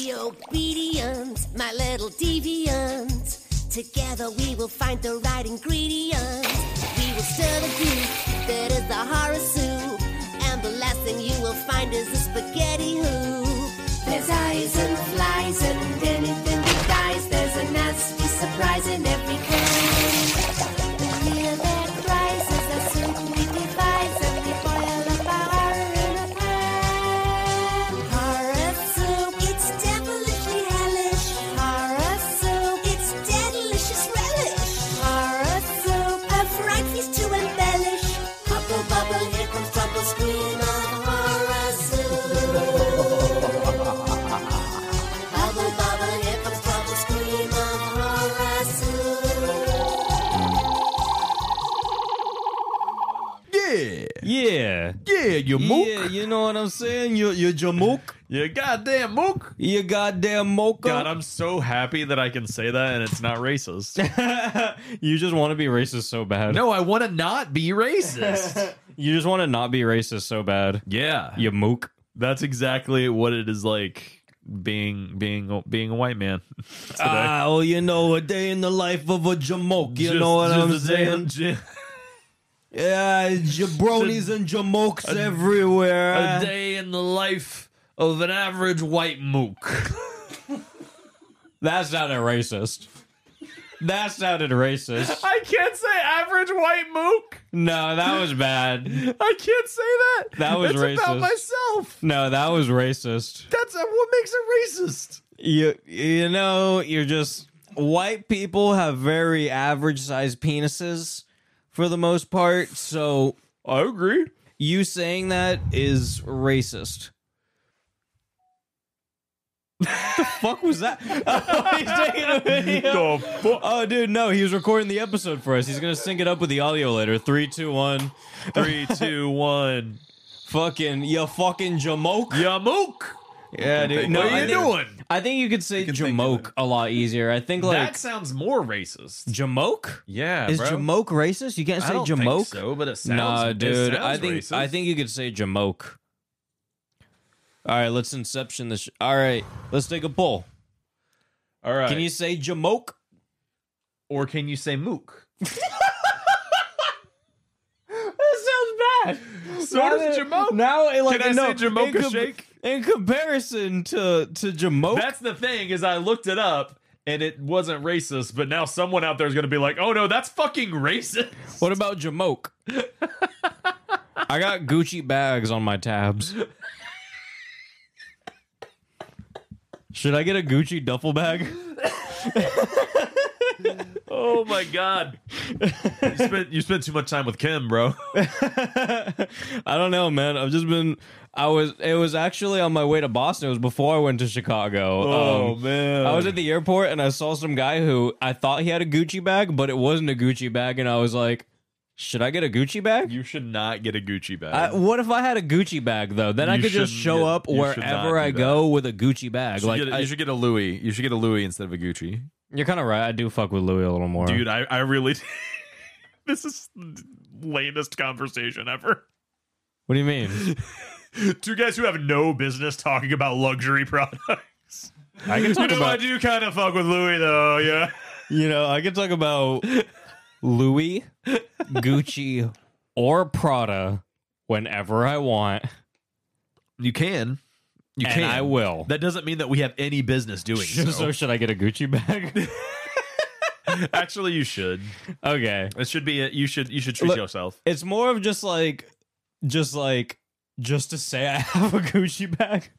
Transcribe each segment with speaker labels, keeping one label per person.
Speaker 1: Be obedient, my little deviant. Together we will find the right ingredient. We will stir the goop that is the horror soup. And the last thing you will find is a spaghetti hoop. There's eyes and flies and anything that dies. There's a nasty surprise in every kind. The fear that rises, the soup we devise, and we boil up our horror in a pan. Horror soup, it's devilishly hellish. Horror soup, it's delicious relish. Horror soup, a fright feast to embellish. Hubble bubble, here comes trouble, scream of horror soup. Bubble bubble, here comes trouble, scream of horror soup.
Speaker 2: Yeah,
Speaker 3: Yeah.
Speaker 2: yeah, you mook.
Speaker 3: Yeah, you know what I'm saying? You you jamook.
Speaker 4: You goddamn mook.
Speaker 3: You goddamn mocha.
Speaker 4: God, I'm so happy that I can say that and it's not racist.
Speaker 3: you just want to be racist so bad.
Speaker 2: No, I want to not be racist.
Speaker 3: You just want to not be racist so bad.
Speaker 4: yeah.
Speaker 3: You mook.
Speaker 4: That's exactly what it is like being being being a white man today.
Speaker 3: Ah, well, you know, a day in the life of a jamoke. You
Speaker 4: Just-
Speaker 3: know what
Speaker 4: just a
Speaker 3: I'm
Speaker 4: damn
Speaker 3: saying?
Speaker 4: j-
Speaker 3: Yeah, jabronis and jamokes everywhere.
Speaker 4: a day in the life of an average white mook.
Speaker 3: That sounded racist. That sounded racist.
Speaker 4: I can't say average white mook.
Speaker 3: No, that was bad.
Speaker 4: I can't say that.
Speaker 3: That was
Speaker 4: That's
Speaker 3: racist.
Speaker 4: about myself.
Speaker 3: No, that was racist.
Speaker 4: That's uh, what makes it racist.
Speaker 3: You you know, you're just white people have very average sized penises for the most part, so
Speaker 4: I agree.
Speaker 3: you saying that is racist. the fuck was that? Oh, he's taking a video.
Speaker 4: The fu-
Speaker 3: Oh, dude, no, he was recording the episode for us. He's gonna sync it up with the audio later. Three, two, one.
Speaker 4: Three, two, one.
Speaker 3: Fucking, you fucking jamoke.
Speaker 4: Ya mook.
Speaker 3: Yeah, dude.
Speaker 4: What
Speaker 3: I
Speaker 4: are you
Speaker 3: think-
Speaker 4: doing?
Speaker 3: I think you could say jamoke a lot easier. I think like
Speaker 4: that sounds more racist.
Speaker 3: jamoke.
Speaker 4: Yeah,
Speaker 3: Is
Speaker 4: bro.
Speaker 3: jamoke racist? You can't
Speaker 4: I
Speaker 3: say
Speaker 4: don't
Speaker 3: jamoke.
Speaker 4: Think so, but it sounds.
Speaker 3: nah,
Speaker 4: it
Speaker 3: dude. I
Speaker 4: sounds
Speaker 3: think
Speaker 4: racist.
Speaker 3: I think you could say jamoke. All right, let's inception this. Sh- All right, let's take a poll.
Speaker 4: All right.
Speaker 3: Can you say jamoke?
Speaker 4: or can you say mook?
Speaker 3: That sounds bad.
Speaker 4: So does jamoke.
Speaker 3: Now, it, like,
Speaker 4: Can I
Speaker 3: no,
Speaker 4: say jamoke
Speaker 3: in, com-
Speaker 4: shake?
Speaker 3: in comparison to to jamoke,
Speaker 4: That's the thing is I looked it up and it wasn't racist, but now someone out there is going to be like, "Oh no, that's fucking racist."
Speaker 3: What about Jamoke? I got Gucci bags on my tabs. Should I get a Gucci duffel bag?
Speaker 4: Oh my god. Um, you spent you spent too much time with Kim, bro.
Speaker 3: I don't know, man. I've just been. I was. It was actually on my way to Boston. It was before I went to Chicago. Um,
Speaker 4: Oh, man.
Speaker 3: I was at the airport and I saw some guy who I thought he had a Gucci bag, but it wasn't a Gucci bag, and I was like, "Should I get a Gucci bag?"
Speaker 4: you should not get a Gucci bag.
Speaker 3: I, what if I had a Gucci bag though? Then I
Speaker 4: You
Speaker 3: could just
Speaker 4: shouldn't
Speaker 3: show
Speaker 4: get-
Speaker 3: up
Speaker 4: you should not
Speaker 3: wherever
Speaker 4: do
Speaker 3: I
Speaker 4: that.
Speaker 3: go with a Gucci bag.
Speaker 4: You should
Speaker 3: like
Speaker 4: get a-
Speaker 3: I-
Speaker 4: you should get a Louis. You should get a Louis instead of a Gucci.
Speaker 3: you're kind of right. I do fuck with Louis a little more,
Speaker 4: Dude, I, I really This is the lamest conversation ever.
Speaker 3: What do you mean?
Speaker 4: Two guys who have no business talking about luxury products.
Speaker 3: I can
Speaker 4: You
Speaker 3: talk
Speaker 4: know, I
Speaker 3: about
Speaker 4: do kind of fuck with Louis though, yeah.
Speaker 3: you know I can talk about Louis, Gucci, or Prada whenever I want,
Speaker 4: You can. You
Speaker 3: and I will.
Speaker 4: That doesn't mean that we have any business doing
Speaker 3: so.
Speaker 4: so.
Speaker 3: should I get a Gucci bag?
Speaker 4: Actually, you should.
Speaker 3: okay,
Speaker 4: It should be. A, you should. You should treat
Speaker 3: Look-
Speaker 4: yourself.
Speaker 3: it's more of just like, just like, just to say I have a Gucci bag.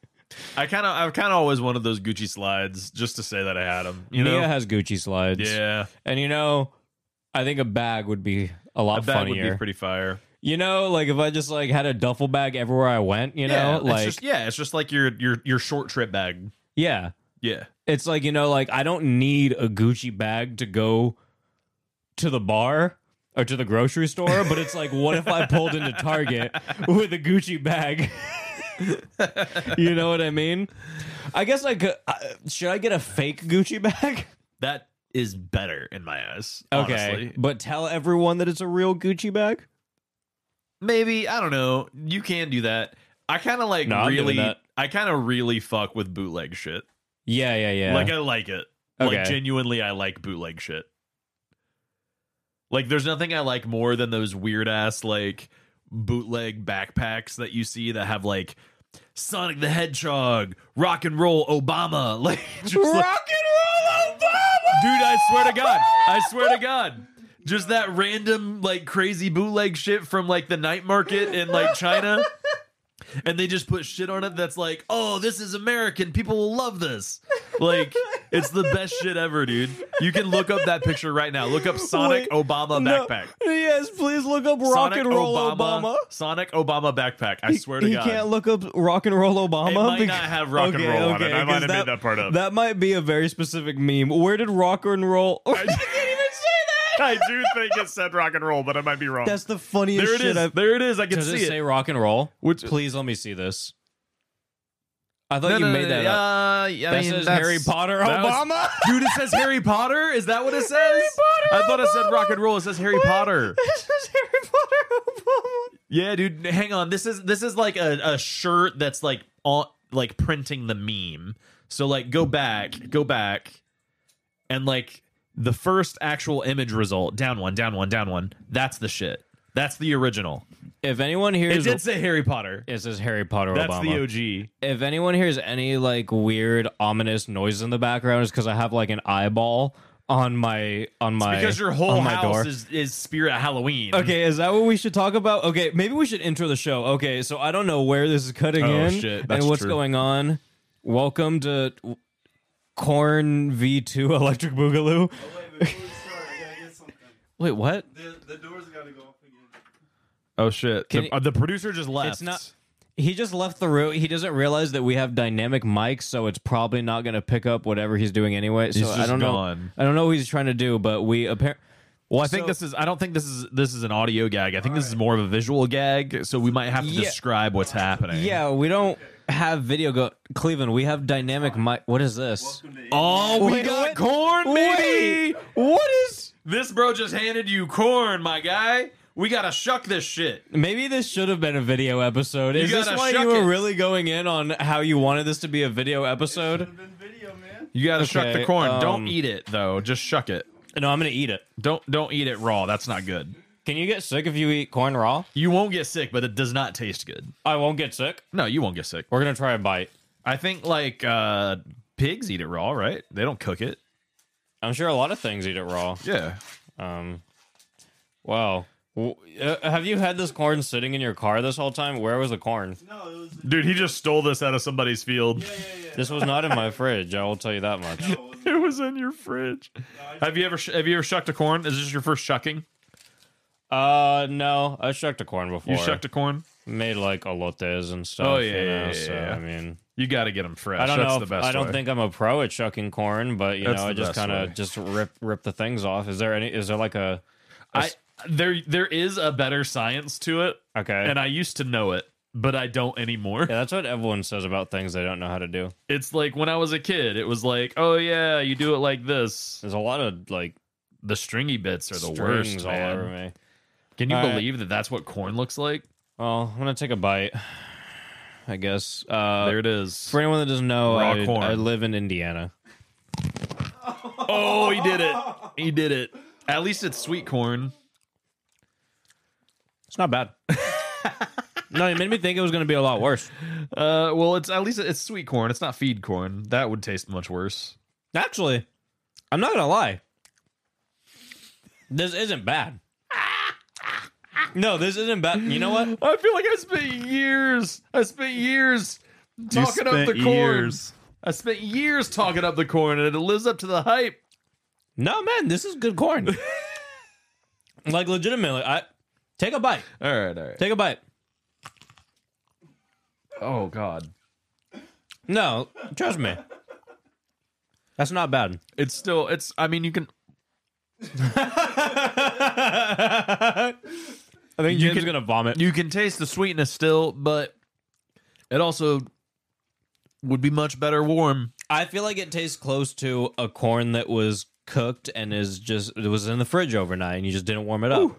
Speaker 4: I kind of. I kind of always wanted those Gucci slides just to say that I had them. You know.
Speaker 3: Mia has Gucci slides.
Speaker 4: yeah.
Speaker 3: And you know, I think a bag would be a lot
Speaker 4: A bag
Speaker 3: funnier.
Speaker 4: would be pretty fire.
Speaker 3: you know, like if I just like had a duffel bag everywhere I went, you
Speaker 4: yeah,
Speaker 3: know, like
Speaker 4: it's just, yeah, it's just like your your your short trip bag.
Speaker 3: yeah.
Speaker 4: Yeah.
Speaker 3: It's like, you know, like I don't need a Gucci bag to go to the bar or to the grocery store, but it's like what if I pulled into Target with a Gucci bag? you know what I mean? I guess I could uh, should I get a fake Gucci bag?
Speaker 4: That is better in my eyes.
Speaker 3: Okay.
Speaker 4: honestly.
Speaker 3: But tell everyone that it's a real Gucci bag?
Speaker 4: Maybe I don't know. You can do that. I kind of like
Speaker 3: No, I'm doing
Speaker 4: really.
Speaker 3: that.
Speaker 4: I kind of really fuck with bootleg shit.
Speaker 3: Yeah, yeah, yeah.
Speaker 4: Like I like it. Like
Speaker 3: Okay.
Speaker 4: genuinely I like bootleg shit. Like there's nothing I like more than those weird ass like bootleg backpacks that you see that have like Sonic the Hedgehog, rock and roll Obama, like just like-
Speaker 3: and roll Obama.
Speaker 4: dude, I swear to God, I swear to God, just that random like crazy bootleg shit from like the night market in like China, and they just put shit on it that's like, oh, this is American, people will love this. Like, it's the best shit ever, dude. You can look up that picture right now. Look up Sonic
Speaker 3: Wait,
Speaker 4: Obama
Speaker 3: No.
Speaker 4: backpack.
Speaker 3: Yes, please look up rock
Speaker 4: Sonic
Speaker 3: and roll Obama.
Speaker 4: Sonic Obama backpack. I swear to
Speaker 3: he
Speaker 4: God.
Speaker 3: can't look up rock and roll Obama.
Speaker 4: It might
Speaker 3: beca-
Speaker 4: not have rock and roll on it. I might have
Speaker 3: 'cause
Speaker 4: made that part up.
Speaker 3: That might be a very specific meme. Where did rock and roll?
Speaker 4: I can't even say that. I do think it said rock and roll, but I might be wrong.
Speaker 3: That's the funniest
Speaker 4: there it
Speaker 3: shit
Speaker 4: is.
Speaker 3: I've.
Speaker 4: There it is. I can
Speaker 3: Does
Speaker 4: see
Speaker 3: it
Speaker 4: it.
Speaker 3: say rock and roll?
Speaker 4: Which-
Speaker 3: Please let me see this. I thought you made that
Speaker 4: no,
Speaker 3: up.
Speaker 4: Uh, yeah, I
Speaker 3: That
Speaker 4: mean,
Speaker 3: says
Speaker 4: that's-
Speaker 3: Harry Potter
Speaker 4: that was-
Speaker 3: Obama.
Speaker 4: Dude, it says Harry Potter. Is that what it says? I thought it said rock and roll. It says Harry Potter.
Speaker 3: this is Harry Potter Obama.
Speaker 4: Yeah, dude. Hang on. This is this is like a, a shirt that's like on like printing the meme. So like go back, go back, and like the first actual image result. Down one, down one, down one. That's the shit. That's the original.
Speaker 3: If anyone here
Speaker 4: It
Speaker 3: is,
Speaker 4: did say Harry Potter.
Speaker 3: it says Harry Potter
Speaker 4: That's
Speaker 3: Obama.
Speaker 4: the OG.
Speaker 3: if anyone hears any like weird ominous noise in the background, it's because I have like an eyeball on my on my
Speaker 4: Because your whole
Speaker 3: on my door.
Speaker 4: house is, is Spirit Halloween.
Speaker 3: Okay, is that what we should talk about? Okay, maybe we should intro the show. Okay, so I don't know where this is cutting
Speaker 4: Oh,
Speaker 3: in
Speaker 4: shit, that's
Speaker 3: and what's
Speaker 4: true.
Speaker 3: going on. Welcome to Corn V2 Electric Boogaloo.
Speaker 5: Wait, before we start, I gotta get something.
Speaker 3: Wait, what?
Speaker 5: The, the door's gotta go off again.
Speaker 4: Oh shit!
Speaker 3: Can
Speaker 4: The,
Speaker 3: it-
Speaker 4: uh, the producer just left.
Speaker 3: It's not. He just left the room. He doesn't realize that we have dynamic mics, so it's probably not going to pick up whatever he's doing anyway. So
Speaker 4: He's just
Speaker 3: I don't
Speaker 4: gone.
Speaker 3: know. I don't know what he's trying to do, but we apparently.
Speaker 4: Well, I think
Speaker 3: So-
Speaker 4: this is. I don't think this is. This is an audio gag. I think this is more of a visual gag. So we might have to
Speaker 3: Yeah.
Speaker 4: describe what's happening.
Speaker 3: Yeah, we don't have video go. Cleveland, we have dynamic mic. What is this?
Speaker 5: Welcome to
Speaker 4: Oh, we
Speaker 3: Wait,
Speaker 4: got
Speaker 3: what?
Speaker 4: corn, baby.
Speaker 3: Wait, what is?
Speaker 4: This bro just handed you corn, my guy. We gotta shuck this shit.
Speaker 3: Maybe this should have been a video episode. Is this
Speaker 4: gotta
Speaker 3: why
Speaker 4: shuck
Speaker 3: you were
Speaker 4: it.
Speaker 3: really going in on how you wanted this to be a video
Speaker 5: Should
Speaker 3: episode?
Speaker 5: have been video, man.
Speaker 4: You gotta shuck the
Speaker 3: Okay,
Speaker 4: corn. don't
Speaker 3: um,
Speaker 4: eat it though. Just shuck it.
Speaker 3: No, I'm gonna eat it.
Speaker 4: Don't don't eat it raw. That's not good.
Speaker 3: Can you get sick if you eat corn raw?
Speaker 4: You won't get sick, but it does not taste good.
Speaker 3: I won't get sick.
Speaker 4: No, you won't get sick.
Speaker 3: We're gonna try a bite.
Speaker 4: I think like uh pigs eat it raw, right? They don't cook it.
Speaker 3: I'm sure a lot of things eat it raw.
Speaker 4: Yeah.
Speaker 3: Um, wow. W- uh, have you had this corn sitting in your car this whole time? Where was the corn?
Speaker 5: No, it was.
Speaker 4: Dude, he just stole this out of somebody's field.
Speaker 5: Yeah, yeah, yeah.
Speaker 3: This was not in my fridge. I will tell you that much.
Speaker 5: No, it was.
Speaker 4: It was in your fridge. Have you ever sh- have you ever shucked a corn? Is this your first shucking?
Speaker 3: Uh, no, I shucked a corn before.
Speaker 4: You shucked a corn.
Speaker 3: made like alotes and stuff.
Speaker 4: Oh,
Speaker 3: you
Speaker 4: yeah, yeah,
Speaker 3: know,
Speaker 4: yeah,
Speaker 3: so,
Speaker 4: yeah.
Speaker 3: I mean,
Speaker 4: You got to get them fresh.
Speaker 3: I don't
Speaker 4: That's
Speaker 3: know.
Speaker 4: the
Speaker 3: if-
Speaker 4: best.
Speaker 3: I don't
Speaker 4: way.
Speaker 3: think I'm a pro at shucking corn, but you
Speaker 4: That's
Speaker 3: know,
Speaker 4: the
Speaker 3: I just
Speaker 4: best
Speaker 3: kind
Speaker 4: way.
Speaker 3: of just rip rip the things off. Is there any? Is there like a
Speaker 4: I there there is a better science to it,
Speaker 3: okay?
Speaker 4: and I used to know it, but I don't anymore.
Speaker 3: yeah, that's what everyone says about things they don't know how to do.
Speaker 4: It's like when I was a kid, it was like, oh yeah, you do it like this.
Speaker 3: There's a lot of like
Speaker 4: The stringy bits are the
Speaker 3: strings
Speaker 4: worst,
Speaker 3: all
Speaker 4: man.
Speaker 3: over me.
Speaker 4: Can you
Speaker 3: All right.
Speaker 4: believe that that's what corn looks like?
Speaker 3: Well, I'm gonna take a bite. I guess. Uh,
Speaker 4: there it is.
Speaker 3: for anyone that doesn't know,
Speaker 4: Raw
Speaker 3: I,
Speaker 4: corn.
Speaker 3: I live in Indiana.
Speaker 4: oh, he did it. He did it. At least it's sweet corn.
Speaker 3: It's not bad. no, it made me think it was gonna be a lot worse.
Speaker 4: Uh, well, it's at least it's sweet corn. It's not feed corn. That would taste much worse.
Speaker 3: Actually, I'm not gonna lie. This isn't bad. No, this isn't bad. You know what?
Speaker 4: I feel like I spent years. I spent years talking up
Speaker 5: spent
Speaker 4: the corn.
Speaker 5: years.
Speaker 4: I spent years talking up the corn, and it lives up to the hype.
Speaker 3: No, man, this is good corn. like legitimately, I take a bite.
Speaker 4: All right, all right.
Speaker 3: Take a bite.
Speaker 4: Oh God,
Speaker 3: No, trust me. That's not bad.
Speaker 4: it's still. It's. I mean, you can.
Speaker 3: I think
Speaker 4: You
Speaker 3: Jim's
Speaker 4: can-
Speaker 3: gonna vomit.
Speaker 4: You can taste the sweetness still, but it also would be much better warm.
Speaker 3: I feel like it tastes close to a corn that was cooked and is just it was in the fridge overnight and you just didn't warm it up.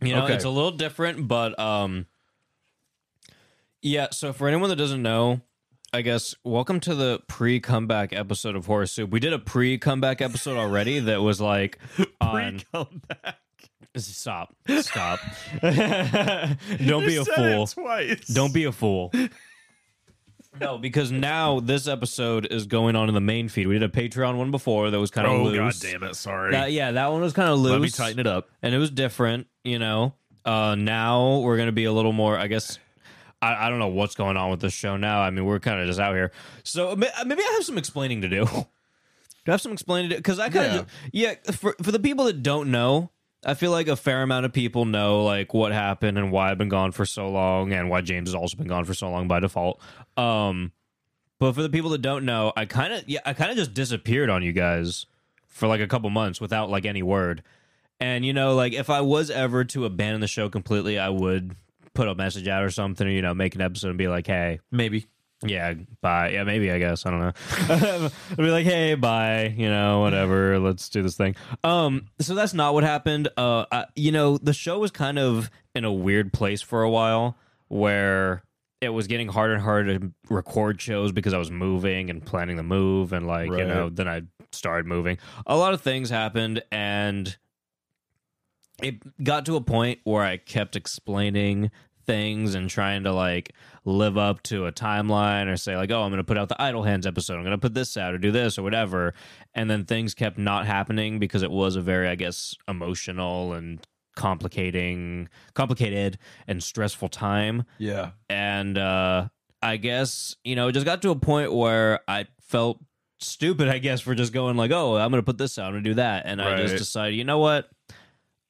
Speaker 3: You know,
Speaker 4: Okay.
Speaker 3: it's a little different, but um Yeah, so for anyone that doesn't know, I guess welcome to the pre comeback episode of Horror Soup. We did a pre comeback episode already that was like on
Speaker 4: comeback.
Speaker 3: stop, stop. Don't be a fool.
Speaker 4: twice.
Speaker 3: Don't be a fool. No, because now this episode is going on in the main feed. We did a Patreon one before that was kind of
Speaker 4: Oh
Speaker 3: loose.
Speaker 4: god damn it! Sorry.
Speaker 3: That- yeah, that one was kind of loose.
Speaker 4: Let me tighten it up.
Speaker 3: and it was different, you know. Uh, now we're gonna be a little more, I guess. I, I don't know what's going on with this show now. I mean, we're kind of just out here. So ma- uh, maybe I have some explaining to do. do I have some explaining to do? Because I kind of, yeah. for for the people that don't know, I feel like a fair amount of people know like what happened and why I've been gone for so long and why James has also been gone for so long by default. Um, but for the people that don't know, I kind of, yeah, I kind of just disappeared on you guys for like a couple months without like any word. And you know, like if I was ever to abandon the show completely, I would put a message out or something, or you know, make an episode and be like, "Hey,
Speaker 4: Maybe.
Speaker 3: yeah, bye." Yeah, maybe I guess I don't know. I'd be like, "Hey, bye," you know, whatever. Let's do this thing. Um, so that's not what happened. Uh, I, you know, the show was kind of in a weird place for a while where it was getting harder and harder to record shows because I was moving and planning the move, and like you
Speaker 4: Right.
Speaker 3: know, then I started moving. A lot of things happened, and it got to a point where I kept explaining things and trying to like live up to a timeline or say like oh i'm gonna put out the idle hands episode i'm gonna put this out or do this or whatever and then things kept not happening because it was a very i guess emotional and complicating complicated and stressful time
Speaker 4: Yeah.
Speaker 3: and uh i guess you know it just got to a point where i felt stupid i guess for just going like oh i'm gonna put this out i'm gonna do that and i just
Speaker 4: Right.
Speaker 3: decided you know what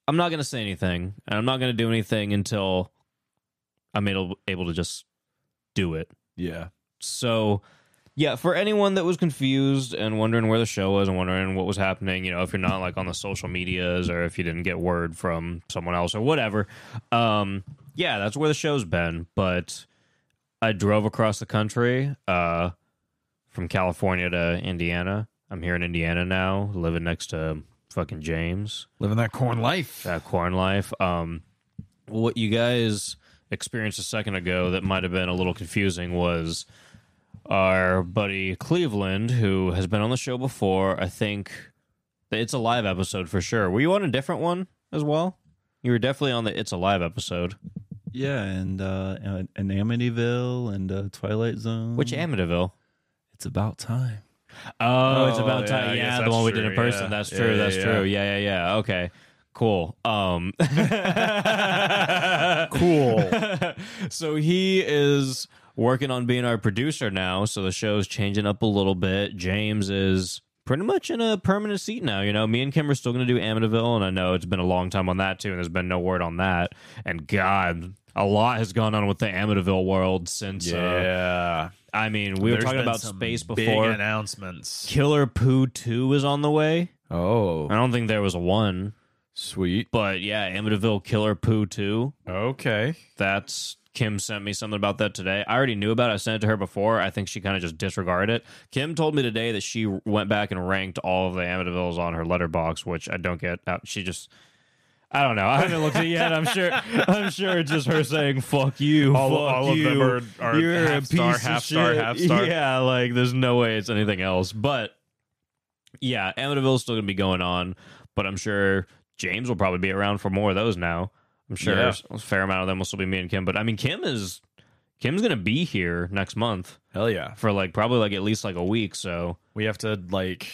Speaker 3: i'm not gonna say anything and i'm not gonna do anything until i'm able, able to just do it
Speaker 4: Yeah.
Speaker 3: so yeah for anyone that was confused and wondering where the show was and wondering what was happening you know if you're not like on the social medias or if you didn't get word from someone else or whatever um yeah that's where the show's been but i drove across the country uh from california to indiana i'm here in indiana now living next to fucking james
Speaker 2: Living that corn life.
Speaker 3: that corn life. Um, what you guys experienced a second ago that might have been a little confusing was our buddy Cleveland, who has been on the show before. I think that it's a live episode for sure. Were you on a different one as well? You were definitely on the It's a Live episode.
Speaker 5: Yeah, and uh, and, and Amityville and uh, Twilight Zone.
Speaker 3: Which Amityville?
Speaker 5: It's about time.
Speaker 3: Oh, it's
Speaker 4: Oh,
Speaker 3: about
Speaker 4: yeah, I
Speaker 3: time.
Speaker 4: guess
Speaker 3: Yeah, the
Speaker 4: that's
Speaker 3: one we did
Speaker 4: true,
Speaker 3: in person.
Speaker 4: yeah.
Speaker 3: That's
Speaker 4: Yeah,
Speaker 3: true.
Speaker 4: yeah,
Speaker 3: that's
Speaker 4: yeah.
Speaker 3: true. Yeah, yeah, yeah. Okay. Cool. Um
Speaker 4: Cool.
Speaker 3: so he is working on being our producer now. So the show's changing up a little bit. James is pretty much in a permanent seat now. You know, me and Kim are still going to do Amityville, and I know it's been a long time on that too, and there's been no word on that. And God, a lot has gone on with the Amityville world since. Uh,
Speaker 4: yeah.
Speaker 3: I mean, we were
Speaker 4: There's
Speaker 3: talking
Speaker 4: been
Speaker 3: about
Speaker 4: some
Speaker 3: space
Speaker 4: big
Speaker 3: before.
Speaker 4: announcements.
Speaker 3: Killer Pooh 2 is on the way. I
Speaker 4: Oh,
Speaker 3: don't think there was one,
Speaker 4: sweet.
Speaker 3: but yeah, Amityville Killer Pooh 2.
Speaker 4: Okay.
Speaker 3: That's Kim sent me something about that today. I already knew about it. I sent it to her before. I think she kind of just disregarded it. Kim told me today that she went back and ranked all of the Amityvilles on her letterbox, which I don't get. Uh, She just. I don't know. I haven't looked at it yet. I'm sure. I'm sure it's just her saying "fuck you."
Speaker 4: All-
Speaker 3: fuck
Speaker 4: all of
Speaker 3: you.
Speaker 4: them are- are
Speaker 3: You're
Speaker 4: half
Speaker 3: a piece
Speaker 4: star,
Speaker 3: of
Speaker 4: half star,
Speaker 3: shit."
Speaker 4: half star.
Speaker 3: Yeah, like there's no way it's anything else. But yeah, Amityville's still gonna be going on. But I'm sure James will probably be around for more of those now. I'm sure
Speaker 4: Yeah.
Speaker 3: a fair amount of them will still be me and Kim. But I mean, Kim is Kim's gonna be here next month
Speaker 4: Hell yeah.
Speaker 3: for like probably like at least like a week. So
Speaker 4: We have to like,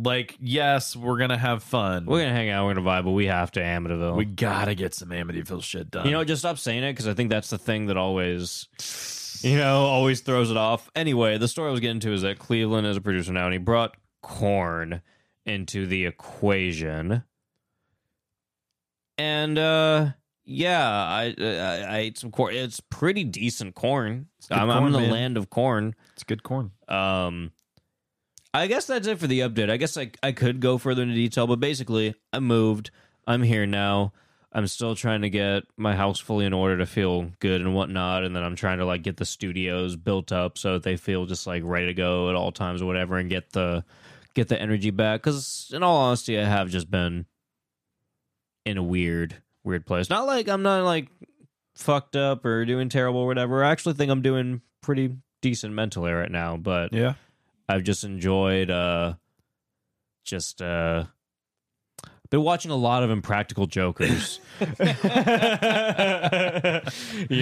Speaker 4: like, yes, we're gonna have fun.
Speaker 3: we're gonna hang out, we're gonna vibe, but we have to Amityville.
Speaker 4: We gotta get some Amityville shit done.
Speaker 3: you know, just stop saying it because I think that's the thing that always, you know, always throws it off. Anyway, the story I was getting to is that Cleveland is a producer now, and he brought corn into the equation. And uh yeah, I I, I ate some corn. It's pretty decent corn.
Speaker 4: good
Speaker 3: I'm, I'm
Speaker 4: corn,
Speaker 3: in the
Speaker 4: man.
Speaker 3: land of corn.
Speaker 4: it's good corn.
Speaker 3: Um, I guess that's it for the update. I guess I I could go further into detail, but basically, I moved. I'm here now. I'm still trying to get my house fully in order to feel good and whatnot, and then I'm trying to like get the studios built up so that they feel just like ready to go at all times or whatever, and get the get the energy back. Because in all honesty, I have just been in a weird weird place. Not like I'm not like fucked up or doing terrible or whatever. I actually think I'm doing pretty decent mentally right now, but
Speaker 5: Yeah.
Speaker 3: I've just enjoyed uh just uh been watching a lot of impractical jokers. you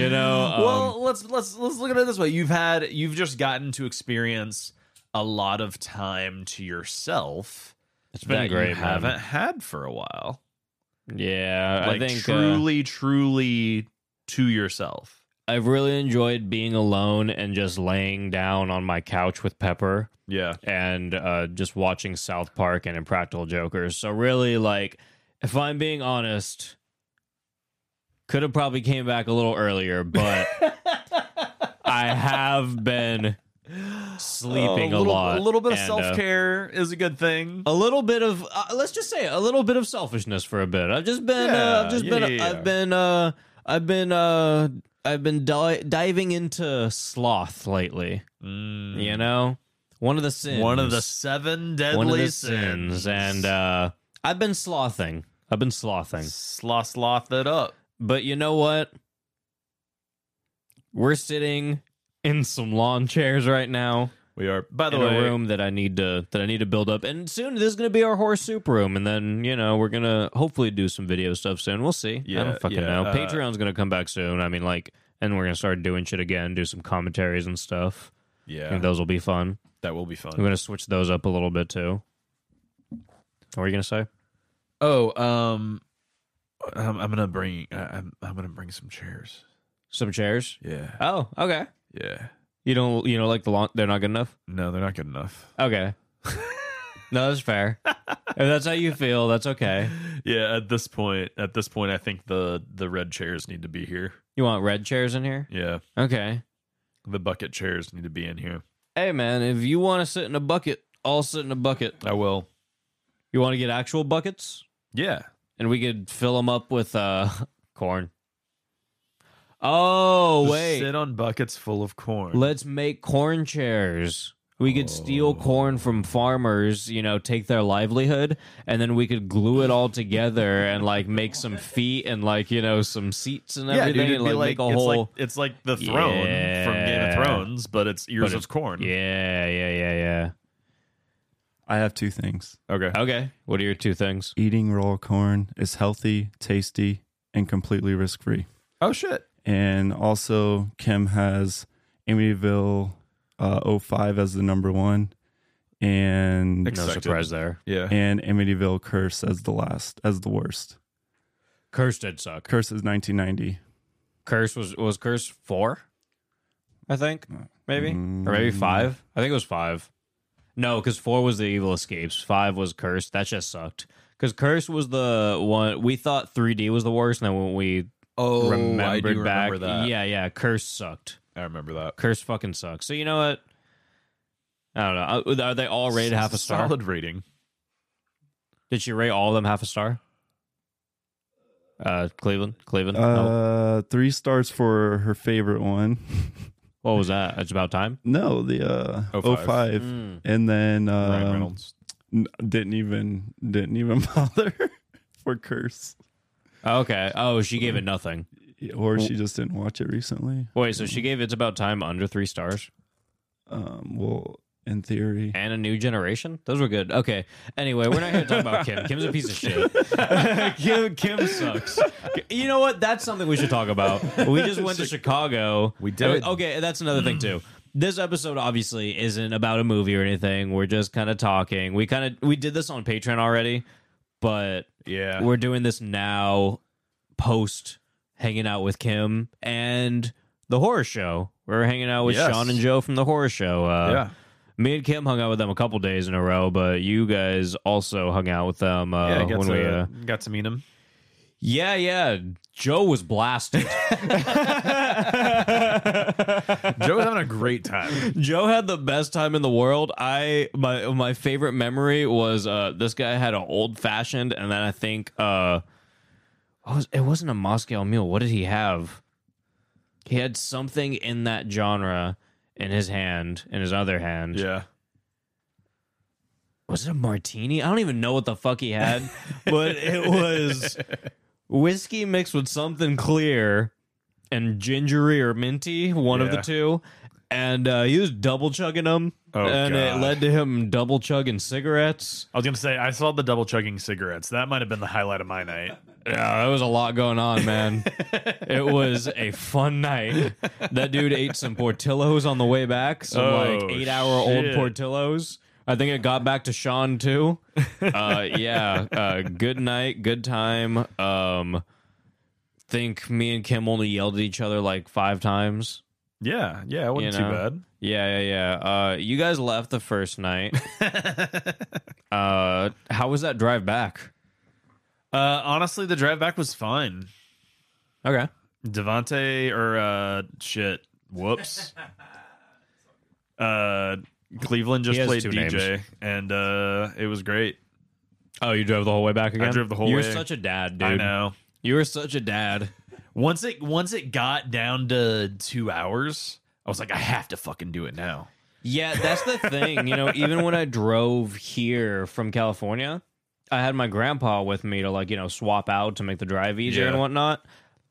Speaker 3: know, um,
Speaker 4: well, let's let's let's look at it this way. You've had you've just gotten to experience a lot of time to yourself
Speaker 3: it's
Speaker 4: that
Speaker 3: been great,
Speaker 4: you
Speaker 3: man.
Speaker 4: haven't had for a while.
Speaker 3: Yeah,
Speaker 4: Like
Speaker 3: I think uh,
Speaker 4: truly, truly to yourself.
Speaker 3: I've really enjoyed being alone and just laying down on my couch with Pepper
Speaker 4: Yeah.
Speaker 3: and uh, just watching South Park and Impractical Jokers. So really, like, if I'm being honest, could have probably came back a little earlier, but I have been sleeping
Speaker 4: a,
Speaker 3: a,
Speaker 4: Um, little,
Speaker 3: lot.
Speaker 4: A little bit of
Speaker 3: and, uh,
Speaker 4: self care is a good thing.
Speaker 3: a little bit of uh, let's just say a little bit of selfishness for a bit. I've just been uh, I've
Speaker 4: Yeah,
Speaker 3: just
Speaker 4: yeah,
Speaker 3: been
Speaker 4: yeah, yeah.
Speaker 3: I've been uh I've been uh I've been di- diving into sloth lately.
Speaker 4: Mm.
Speaker 3: You know, one of the sins.
Speaker 4: One of the seven deadly
Speaker 3: one of the
Speaker 4: sins.
Speaker 3: sins, and uh I've been slothing. I've been slothing.
Speaker 4: sloth sloth it up.
Speaker 3: But you know what? We're sitting in some lawn chairs right now
Speaker 4: We are. By the
Speaker 3: in
Speaker 4: way,
Speaker 3: a room that I need to that I need to build up. And soon this is gonna be our horse soup room, and then you know we're gonna hopefully do some video stuff soon. We'll see. I
Speaker 4: Yeah,
Speaker 3: don't fucking
Speaker 4: yeah,
Speaker 3: know.
Speaker 4: uh,
Speaker 3: Patreon's gonna come back soon. I mean, like, and we're gonna start doing shit again, do some commentaries and stuff. I
Speaker 4: yeah,
Speaker 3: think those will be fun.
Speaker 4: that will be fun.
Speaker 3: We're gonna switch those up a little bit too. What were you gonna say?
Speaker 4: Oh, um, I'm, I'm gonna bring. I, I'm I'm gonna bring some chairs.
Speaker 3: Some chairs.
Speaker 4: Yeah,
Speaker 3: Oh, okay.
Speaker 4: yeah.
Speaker 3: You don't you know like the lawn? They're not good enough.
Speaker 4: No, they're not good enough.
Speaker 3: Okay. no, that's fair. if that's how you feel, that's okay.
Speaker 4: Yeah, at this point, at this point, I think the the red chairs need to be here.
Speaker 3: You want red chairs in here?
Speaker 4: Yeah,
Speaker 3: Okay.
Speaker 4: the bucket chairs need to be in here.
Speaker 3: Hey man, if you want to sit in a bucket, I'll sit in a bucket.
Speaker 4: I will.
Speaker 3: You want to get actual buckets,
Speaker 4: Yeah,
Speaker 3: and we could fill them up with uh corn. Oh
Speaker 4: Just
Speaker 3: wait,
Speaker 4: Sit on buckets full of corn.
Speaker 3: let's make corn chairs. We could
Speaker 4: Oh.
Speaker 3: steal corn from farmers, you know, take their livelihood, and then we could glue it all together and like make some feet and like you know some seats and
Speaker 4: yeah,
Speaker 3: everything,
Speaker 4: dude, it'd
Speaker 3: and,
Speaker 4: be like,
Speaker 3: like, make a
Speaker 4: it's
Speaker 3: whole.
Speaker 4: like it's like the throne from Game of
Speaker 3: Yeah.
Speaker 4: Thrones, but it's ears
Speaker 3: But
Speaker 4: of corn.
Speaker 3: yeah, yeah, yeah,
Speaker 5: I have two things.
Speaker 4: Okay.
Speaker 3: yeah. Okay, what are your two things?
Speaker 5: Eating raw corn is healthy, tasty, and completely risk free.
Speaker 4: Oh shit.
Speaker 5: And also, Kim has Amityville uh, 05 as the number one, and
Speaker 3: No
Speaker 4: Expected.
Speaker 3: surprise there.
Speaker 4: Yeah.
Speaker 5: and Amityville Curse as the last, as the worst.
Speaker 3: Curse did suck.
Speaker 5: Curse is 1990.
Speaker 3: Curse was was Curse four, I think maybe
Speaker 4: Mm-hmm.
Speaker 5: Mm.
Speaker 3: or maybe five. I think it was five. No, because four was the Evil Escapes. Five was Curse. That just sucked. Because Curse was the one we thought 3D was the worst, and then when we
Speaker 4: Oh,
Speaker 3: remembered back,
Speaker 4: remember that.
Speaker 3: yeah, yeah, Curse sucked.
Speaker 4: I remember that.
Speaker 3: Curse fucking sucks. So you know what? I don't know. Uh, Are they all rated half a star?
Speaker 4: Solid rating.
Speaker 3: Did she rate all of them half a star? Uh, Cleveland, Cleveland. Nope.
Speaker 5: Uh, three stars for her favorite one.
Speaker 3: What was that? It's about time.
Speaker 5: no, the uh,
Speaker 4: 05.
Speaker 5: 05.
Speaker 3: Mm.
Speaker 5: And then
Speaker 4: Ryan
Speaker 5: uh,
Speaker 4: Reynolds.
Speaker 5: didn't even didn't even bother for Curse,
Speaker 3: Okay. Oh, she gave it nothing.
Speaker 5: or she just didn't watch it recently.
Speaker 3: Wait, so she gave It's About Time under three stars
Speaker 5: Um, well, in theory,
Speaker 3: and a new generation? Those were good. Okay. Anyway, we're not here to talk about Kim. Kim's a piece of shit. Kim, Kim sucks. You know what? That's something we should talk about. We just went to Chicago.
Speaker 4: We did.
Speaker 3: Okay, that's another thing, too. This episode obviously isn't about a movie or anything. We're just kind of talking. We kind of we did this on Patreon already, but
Speaker 4: Yeah.
Speaker 3: we're doing this now post hanging out with Kim and the horror show. We're hanging out with
Speaker 4: Yes.
Speaker 3: Sean and Joe from the horror show. Uh,
Speaker 4: yeah.
Speaker 3: Me and Kim hung out with them a couple days in a row, but you guys also hung out with them uh,
Speaker 4: yeah, I got
Speaker 3: when
Speaker 4: to,
Speaker 3: we. Uh,
Speaker 4: got to meet him.
Speaker 3: yeah, yeah. Joe was blasted.
Speaker 4: Joe was having a great time.
Speaker 3: Joe had the best time in the world. I my my favorite memory was uh this guy had an old fashioned and then I think uh what was, it wasn't a Moscow mule. What did he have? He had something in that genre in his hand, in his other hand.
Speaker 4: Yeah.
Speaker 3: Was it a martini? I don't even know what the fuck he had, but it was whiskey mixed with something clear and gingery or minty, one of the
Speaker 4: Yeah.
Speaker 3: two. And uh, he was double chugging them,
Speaker 4: Oh,
Speaker 3: and
Speaker 4: God.
Speaker 3: it led to him double chugging cigarettes.
Speaker 4: I was gonna say I saw the double chugging cigarettes. That might have been the highlight of my night.
Speaker 3: Yeah, there was a lot going on, man. it was a fun night. That dude ate some Portillos on the way back, some
Speaker 4: Oh,
Speaker 3: like eight hour old
Speaker 4: shit.
Speaker 3: Portillos. I think it got back to Sean too. Uh, yeah, uh, good night, good time. Um, think me and Kim only yelled at each other like five times.
Speaker 4: Yeah, yeah, it wasn't
Speaker 3: You know. Yeah, yeah, yeah. Uh, you guys left the first night. uh, how was that drive back?
Speaker 4: bad. Uh, honestly, the drive back was fine.
Speaker 3: Okay.
Speaker 4: Devante or uh, shit, whoops. Uh, Cleveland just
Speaker 3: He has
Speaker 4: played
Speaker 3: two
Speaker 4: DJ, and uh, it was great.
Speaker 3: Oh, you drove the whole way back again.
Speaker 4: drove the whole
Speaker 3: You're
Speaker 4: way.
Speaker 3: such a dad, dude.
Speaker 4: I know.
Speaker 3: You were such a dad.
Speaker 4: Once it once it got down to two hours, I was like, I have to fucking do it now.
Speaker 3: Yeah, that's the thing. You know, even when I drove here from California, I had my grandpa with me to like, you know, swap out to make the drive easier
Speaker 4: Yeah.
Speaker 3: and whatnot.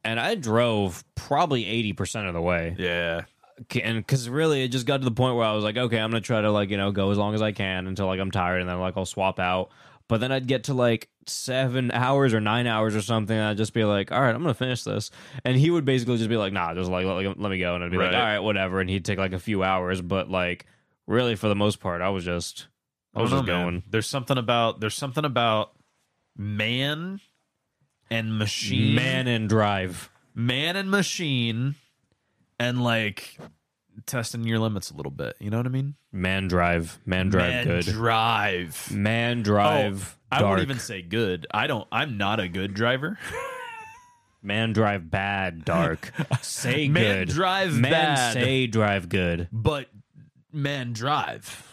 Speaker 3: And I drove probably 80% of the way.
Speaker 4: Yeah,
Speaker 3: K- And because really it just got to the point where I was like, okay, I'm going to try to like, you know, go as long as I can until like I'm tired and then like I'll swap out. But then I'd get to like seven hours or nine hours or something. And I'd just be like, all right, I'm going to finish this. And he would basically just be like, nah, just like, let, like, let me go. And I'd be
Speaker 4: Right.
Speaker 3: like, all right, whatever. And he'd take like a few hours. But like, really, for the most part, I was just, I was
Speaker 4: don't
Speaker 3: just
Speaker 4: know, Oh, man.
Speaker 3: going.
Speaker 4: There's something about there's something about man and machine,
Speaker 3: Man and drive.
Speaker 4: man and machine, and like testing your limits a little bit. You know what I mean?
Speaker 3: Man drive. Man drive
Speaker 4: man
Speaker 3: good.
Speaker 4: drive.
Speaker 3: man drive.
Speaker 4: Oh, I
Speaker 3: dark.
Speaker 4: won't even say good. I don't. I'm not a good driver.
Speaker 3: Man drive bad dark. Say
Speaker 4: Man
Speaker 3: good.
Speaker 4: drive
Speaker 3: man
Speaker 4: bad.
Speaker 3: say drive good.
Speaker 4: but man drive.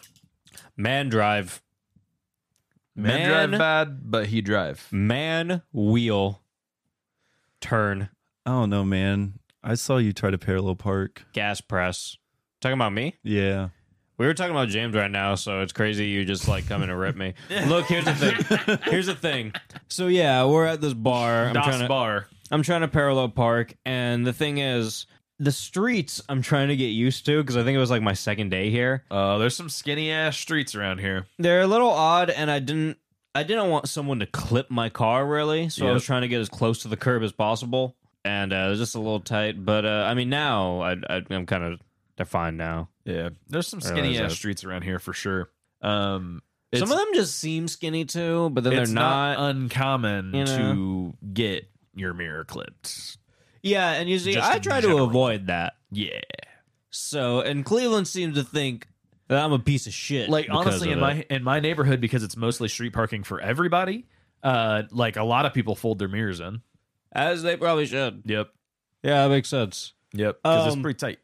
Speaker 3: Man drive.
Speaker 4: Man, drive bad, but he drive.
Speaker 3: man wheel turn
Speaker 5: I don't know, Oh, man. I saw you try to parallel park.
Speaker 3: gas press. Talking about me?
Speaker 5: Yeah.
Speaker 3: We were talking about James right now, so it's crazy you just like coming to rip me. Look, here's the thing. Here's the thing. So yeah, we're at this bar. I'm trying
Speaker 4: Das
Speaker 3: to
Speaker 4: bar.
Speaker 3: I'm trying to parallel park, and the thing is, the streets I'm trying to get used to because I think it was like my second day here.
Speaker 4: Uh, there's some skinny ass streets around here.
Speaker 3: They're a little odd, and I didn't I didn't want someone to clip my car really, so I was
Speaker 4: Yep.
Speaker 3: trying to get as close to the curb as possible, and uh, it was just a little tight. But uh, I mean, now I, I, I'm kind of they're fine now.
Speaker 4: Yeah, there's some
Speaker 3: realize
Speaker 4: skinny ass
Speaker 3: that.
Speaker 4: streets around here for sure. Um,
Speaker 3: Some of them just seem skinny too, but then they're
Speaker 4: it's not,
Speaker 3: not.
Speaker 4: uncommon
Speaker 3: you know.
Speaker 4: to get your mirror clipped.
Speaker 3: yeah, and usually
Speaker 4: Just
Speaker 3: I
Speaker 4: in
Speaker 3: try to
Speaker 4: general.
Speaker 3: avoid that.
Speaker 4: Yeah,
Speaker 3: So, and Cleveland seems to think that I'm a piece of shit.
Speaker 4: like
Speaker 3: because
Speaker 4: honestly, in
Speaker 3: of it.
Speaker 4: my in my neighborhood, because it's mostly street parking for everybody. Uh, like a lot of people fold their mirrors in.
Speaker 3: as they probably should.
Speaker 4: Yep,
Speaker 3: Yeah, that makes sense.
Speaker 4: yep. Because
Speaker 3: Um,
Speaker 4: it's pretty tight.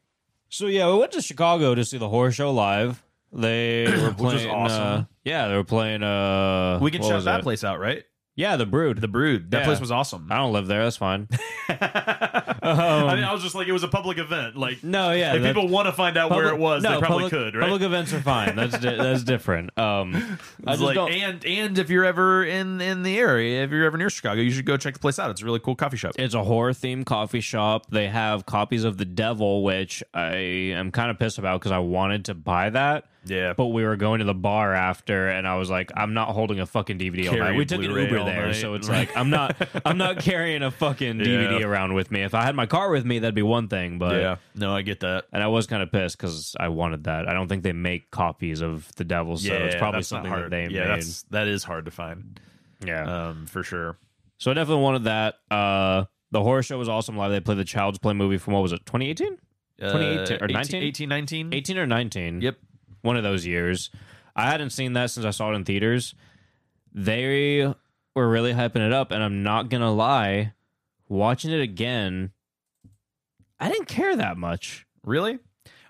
Speaker 3: So yeah, we went to Chicago to see the horror show live. They were
Speaker 4: Which was
Speaker 3: playing.
Speaker 4: awesome.
Speaker 3: uh, yeah, they were playing. Uh,
Speaker 4: We can
Speaker 3: what
Speaker 4: shout
Speaker 3: was
Speaker 4: that
Speaker 3: it?
Speaker 4: place out, right?
Speaker 3: Yeah, the Brood.
Speaker 4: The Brood. That
Speaker 3: Yeah.
Speaker 4: place was awesome.
Speaker 3: I don't live there. That's fine. Um,
Speaker 4: I mean, I was just like, it was a public event. Like,
Speaker 3: No, yeah.
Speaker 4: if
Speaker 3: that-
Speaker 4: people want to find out where it
Speaker 3: public-
Speaker 4: was,
Speaker 3: no,
Speaker 4: they probably
Speaker 3: public-
Speaker 4: could, right?
Speaker 3: Public events are fine. That's di- that's different. Um, I
Speaker 4: It's
Speaker 3: just
Speaker 4: like,
Speaker 3: don't.
Speaker 4: and and if you're ever in in the area, if you're ever near Chicago, you should go check the place out. It's a really cool coffee shop.
Speaker 3: It's a horror themed coffee shop. They have copies of The Devil, which I am kind of pissed about because I wanted to buy that.
Speaker 4: yeah,
Speaker 3: But we were going to the bar after, and I was like, "I'm not holding a fucking DVD all
Speaker 4: Carry
Speaker 3: night." We took
Speaker 4: Blu-ray
Speaker 3: an Uber
Speaker 4: all
Speaker 3: there,
Speaker 4: night.
Speaker 3: so it's like I'm not, I'm not carrying a fucking DVD
Speaker 4: Yeah.
Speaker 3: around with me. If I had my car with me, that'd be one thing, but
Speaker 4: yeah. No, I get that.
Speaker 3: and I was kind of pissed because I wanted that. I don't think they make copies of the Devil, so it's probably
Speaker 4: that's not
Speaker 3: something that
Speaker 4: hard.
Speaker 3: they
Speaker 4: yeah,
Speaker 3: made.
Speaker 4: that's that is hard to find,
Speaker 3: Yeah,
Speaker 4: um, for sure.
Speaker 3: so I definitely wanted that. Uh, the horror show was awesome live. They played the Child's Play movie from what was it, 2018,
Speaker 4: Uh,
Speaker 3: 2018 or 19?
Speaker 4: 18, 19?
Speaker 3: 18 or 19?
Speaker 4: Mm-hmm. Yep.
Speaker 3: one of those years. I hadn't seen that since I saw it in theaters. They were really hyping it up, and I'm not gonna lie, watching it again, I didn't care that much.
Speaker 4: Really?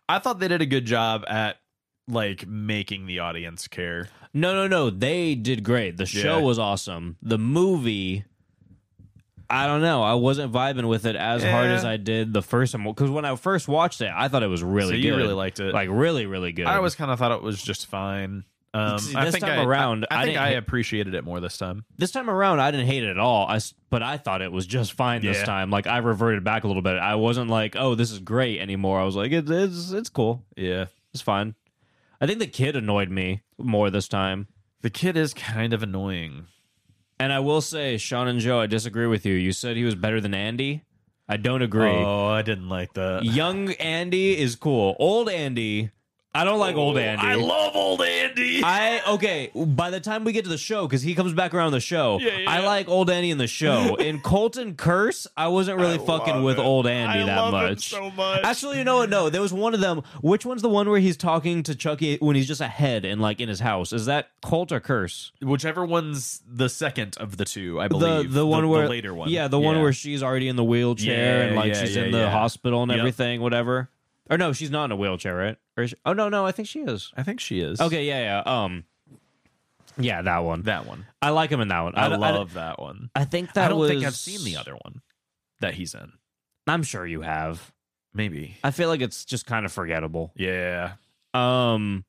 Speaker 4: I thought they did a good job at like making the audience care.
Speaker 3: No, no, no. They did great. The show
Speaker 4: Yeah.
Speaker 3: was awesome. The movie, I don't know. I wasn't vibing with it as hard
Speaker 4: Yeah.
Speaker 3: as I did the first time. Because when I first watched it, I thought it was really
Speaker 4: so
Speaker 3: good.
Speaker 4: you really liked it.
Speaker 3: like really, really good.
Speaker 4: I always kind of thought it was just fine. Um,
Speaker 3: See,
Speaker 4: I
Speaker 3: this
Speaker 4: think
Speaker 3: time
Speaker 4: I,
Speaker 3: around,
Speaker 4: I, I
Speaker 3: I
Speaker 4: think
Speaker 3: didn't
Speaker 4: I
Speaker 3: hit-
Speaker 4: appreciated it more this time.
Speaker 3: This time around, I didn't hate it at all. I s- but I thought it was just fine this
Speaker 4: Yeah.
Speaker 3: time. Like I reverted back a little bit. I wasn't like, oh, this is great anymore. I was like, it, it's it's cool.
Speaker 4: Yeah,
Speaker 3: It's fine. I think the kid annoyed me more this time.
Speaker 4: the kid is kind of annoying.
Speaker 3: And I will say, Sean and Joe, I disagree with you. You said he was better than Andy. I don't agree.
Speaker 4: Oh, I didn't like that.
Speaker 3: Young Andy is cool. Old Andy, I don't like old Andy.
Speaker 4: Oh, I love old Andy.
Speaker 3: I okay. By the time we get to the show, because he comes back around the show,
Speaker 4: Yeah, yeah,
Speaker 3: I
Speaker 4: yeah.
Speaker 3: like old Andy in the show. in Colton Curse, I wasn't really fucking with old Andy that much.
Speaker 4: much.
Speaker 3: Actually, you know what? No, there was one of them. Which one's the one where he's talking to Chucky when he's just a head and like in his house? Is that Colt or Curse?
Speaker 4: Whichever one's the second of the two, I
Speaker 3: The
Speaker 4: believe.
Speaker 3: the one where
Speaker 4: later one.
Speaker 3: yeah, the one where she's already in the wheelchair
Speaker 4: Yeah,
Speaker 3: and like
Speaker 4: yeah,
Speaker 3: she's
Speaker 4: yeah,
Speaker 3: in the
Speaker 4: yeah.
Speaker 3: hospital and
Speaker 4: Yep.
Speaker 3: everything, whatever. Or no, she's not in a wheelchair, right? Or is she- oh no, no, I think she is.
Speaker 4: I think she is.
Speaker 3: Okay, yeah, yeah. Um, yeah, that one.
Speaker 4: that one.
Speaker 3: I like him in that one.
Speaker 4: I,
Speaker 3: d- d-
Speaker 4: love that one.
Speaker 3: I think that
Speaker 4: I don't
Speaker 3: was.
Speaker 4: think I've seen the other one that he's in.
Speaker 3: I'm sure you have.
Speaker 4: Maybe.
Speaker 3: I feel like it's just kind of forgettable.
Speaker 4: Yeah,
Speaker 3: Um,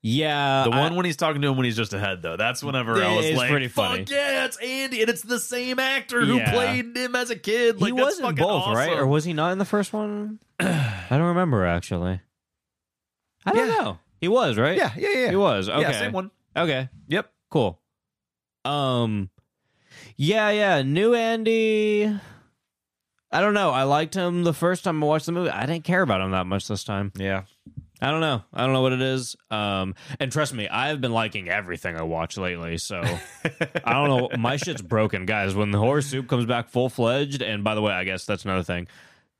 Speaker 3: yeah,
Speaker 4: the
Speaker 3: I-
Speaker 4: one when he's talking to him when he's just ahead though. That's whenever I
Speaker 3: It
Speaker 4: was
Speaker 3: is
Speaker 4: like,
Speaker 3: pretty
Speaker 4: "Fuck
Speaker 3: funny.
Speaker 4: yeah, it's Andy," and it's the same actor who
Speaker 3: Yeah.
Speaker 4: played him as a kid. Like,
Speaker 3: he
Speaker 4: that's
Speaker 3: was in
Speaker 4: fucking
Speaker 3: both, right?
Speaker 4: awesome.
Speaker 3: Or was he not in the first one? I don't remember actually. I don't know. He was right.
Speaker 4: yeah, yeah, yeah.
Speaker 3: he was. Okay,
Speaker 4: Yeah, same one.
Speaker 3: okay,
Speaker 4: Yep.
Speaker 3: cool. Um, yeah, yeah. New Andy. I don't know. I liked him the first time I watched the movie. I didn't care about him that much this time.
Speaker 4: Yeah.
Speaker 3: I don't know. I don't know what it is. Um, and trust me, I've been liking everything I watch lately. So I don't know. My shit's broken, guys. When the horror soup comes back full fledged, and by the way, I guess that's another thing.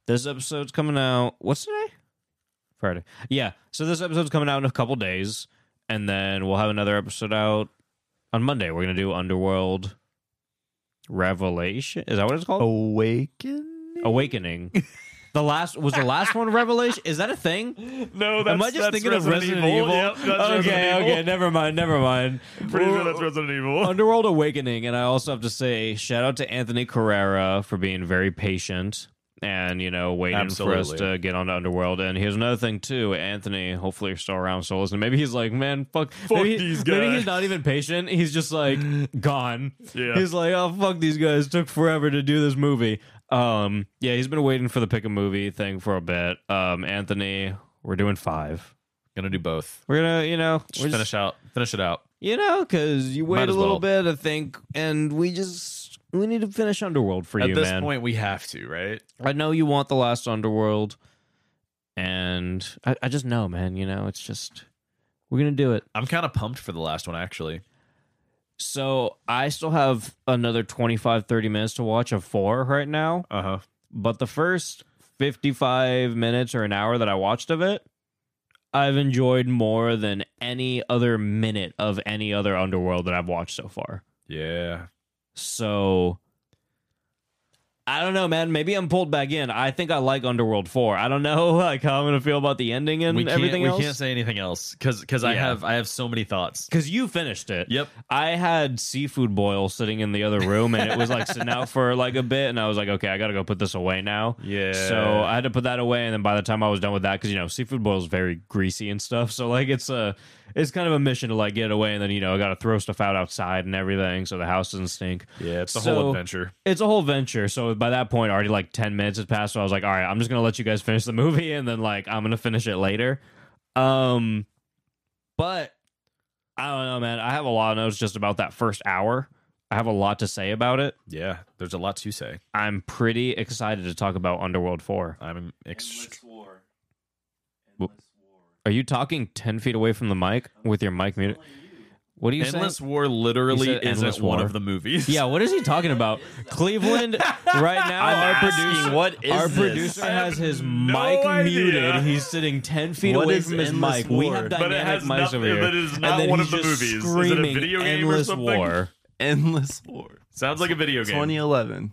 Speaker 3: This episode's coming out. What's today? Friday. Yeah. So this episode's coming out in a couple days, and then we'll have another episode out on Monday. We're gonna do Underworld Revelation. Is that what it's called?
Speaker 4: Awaken.
Speaker 3: Oh. Awakening. The last was the last one. Revelation is that a thing?
Speaker 4: No,
Speaker 3: Am I just thinking of Resident Evil? okay, okay, never mind, never mind.
Speaker 4: Resident Evil.
Speaker 3: Underworld Awakening, and I also have to say, shout out to Anthony Carrera for being very patient and you know waiting for us
Speaker 4: Absolutely.
Speaker 3: to get onto Underworld. And here's another thing too, Anthony. Hopefully you're still around, still listening. Maybe he's like, man, fuck, maybe,
Speaker 4: these
Speaker 3: Maybe
Speaker 4: guys.
Speaker 3: he's not even patient. He's just like gone.
Speaker 4: Yeah.
Speaker 3: He's like, oh fuck, these guys took forever to do this movie. Um, yeah, he's been waiting for the pick a movie thing for a bit. Um, Anthony, we're doing five.
Speaker 4: Gonna do both.
Speaker 3: We're gonna, you know,
Speaker 4: Just
Speaker 3: we're just-
Speaker 4: finish out. Finish it out.
Speaker 3: you know, because you
Speaker 4: Might
Speaker 3: wait a
Speaker 4: as
Speaker 3: little
Speaker 4: well.
Speaker 3: bit, I think, and we just we need to finish Underworld for
Speaker 4: At
Speaker 3: you,
Speaker 4: this
Speaker 3: man.
Speaker 4: point, we have to, right?
Speaker 3: I know you want the last Underworld, and I, I just know, man. You know, it's just we're gonna do it.
Speaker 4: I'm kind of pumped for the last one, actually.
Speaker 3: So I still have another 25, 30 minutes to watch of four right now,
Speaker 4: Uh huh.
Speaker 3: but the first fifty-five minutes or an hour that I watched of it. I've enjoyed more than any other minute of any other Underworld that I've watched so far.
Speaker 4: Yeah.
Speaker 3: So I don't know, man. Maybe I'm pulled back in. I think I like Underworld Four. I don't know like how I'm gonna feel about the ending and
Speaker 4: we can't,
Speaker 3: everything
Speaker 4: we
Speaker 3: else.
Speaker 4: can't say anything else because I
Speaker 3: Yeah.
Speaker 4: have I have so many thoughts.
Speaker 3: Cause you finished it.
Speaker 4: Yep.
Speaker 3: I had seafood boil sitting in the other room, and it was like sitting out for like a bit, and I was like, okay, I gotta go put this away now.
Speaker 4: Yeah.
Speaker 3: So I had to put that away, and then by the time I was done with that, because you know seafood boil is very greasy and stuff, so like it's a it's kind of a mission to like get it away, and then you know I gotta throw stuff out outside and everything, so the house doesn't stink.
Speaker 4: Yeah, it's the
Speaker 3: So-
Speaker 4: whole adventure.
Speaker 3: it's a whole venture. So by that point, already like ten minutes has passed. So I was like, all right, I'm just gonna let you guys finish the movie, and then like I'm gonna finish it later. Um, but I don't know, man. I have a lot of notes just about that first hour. I have a lot to say about it.
Speaker 4: Yeah, there's a lot to say.
Speaker 3: I'm pretty excited to talk about Underworld Four.
Speaker 4: I'm ext-
Speaker 3: Are you talking ten feet away from the mic with your mic muted? What are you saying?
Speaker 4: endless war. Literally
Speaker 3: He said
Speaker 4: isn't
Speaker 3: Endless
Speaker 4: one
Speaker 3: War.
Speaker 4: of the movies.
Speaker 3: Yeah, what is he talking about? Cleveland right now.
Speaker 4: I'm
Speaker 3: our
Speaker 4: asking,
Speaker 3: producer,
Speaker 4: what is
Speaker 3: our
Speaker 4: this?
Speaker 3: producer
Speaker 4: I
Speaker 3: has
Speaker 4: have
Speaker 3: his
Speaker 4: no
Speaker 3: mic
Speaker 4: idea.
Speaker 3: muted. He's sitting ten feet
Speaker 4: What
Speaker 3: away
Speaker 4: is
Speaker 3: from his
Speaker 4: Endless
Speaker 3: mic. We
Speaker 4: War?
Speaker 3: have
Speaker 4: But it
Speaker 3: dynamic
Speaker 4: has
Speaker 3: mics
Speaker 4: nothing-
Speaker 3: over here.
Speaker 4: that is not
Speaker 3: and then
Speaker 4: one
Speaker 3: he's
Speaker 4: of the
Speaker 3: just
Speaker 4: movies. Is it a
Speaker 3: Screaming
Speaker 4: video game or
Speaker 3: endless
Speaker 4: something?
Speaker 3: war.
Speaker 5: Endless War.
Speaker 4: sounds like a video game.
Speaker 5: 2011.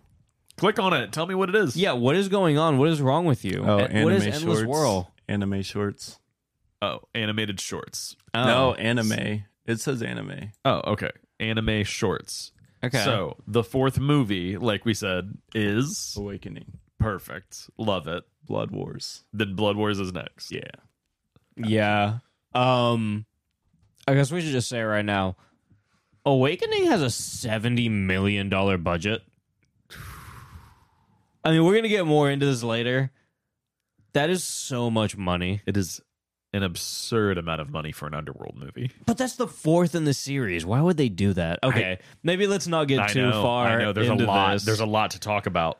Speaker 4: Click on it. Tell me what it is.
Speaker 3: Yeah, what is going on? What is wrong with you?
Speaker 5: Oh,
Speaker 3: Uh,
Speaker 5: anime
Speaker 3: what is
Speaker 5: shorts.
Speaker 3: endless war?
Speaker 5: Anime shorts.
Speaker 4: Oh, animated shorts.
Speaker 3: Oh,
Speaker 5: No, anime. It says anime.
Speaker 4: Oh, okay. Anime shorts.
Speaker 3: okay.
Speaker 4: So the fourth movie, like we said, is
Speaker 5: Awakening.
Speaker 4: perfect. Love it.
Speaker 5: Blood Wars.
Speaker 4: Then Blood Wars is next.
Speaker 5: Yeah.
Speaker 3: yeah, um, I guess we should just say it right now. Awakening has a seventy million dollar budget. I mean, we're gonna get more into this later. That is so much money.
Speaker 4: It is an absurd amount of money for an underworld movie.
Speaker 3: But that's the fourth in the series. Why would they do that? Okay, maybe let's not get
Speaker 4: I
Speaker 3: too
Speaker 4: know,
Speaker 3: far.
Speaker 4: I know there's a
Speaker 3: into
Speaker 4: lot.
Speaker 3: this.
Speaker 4: There's a lot to talk about.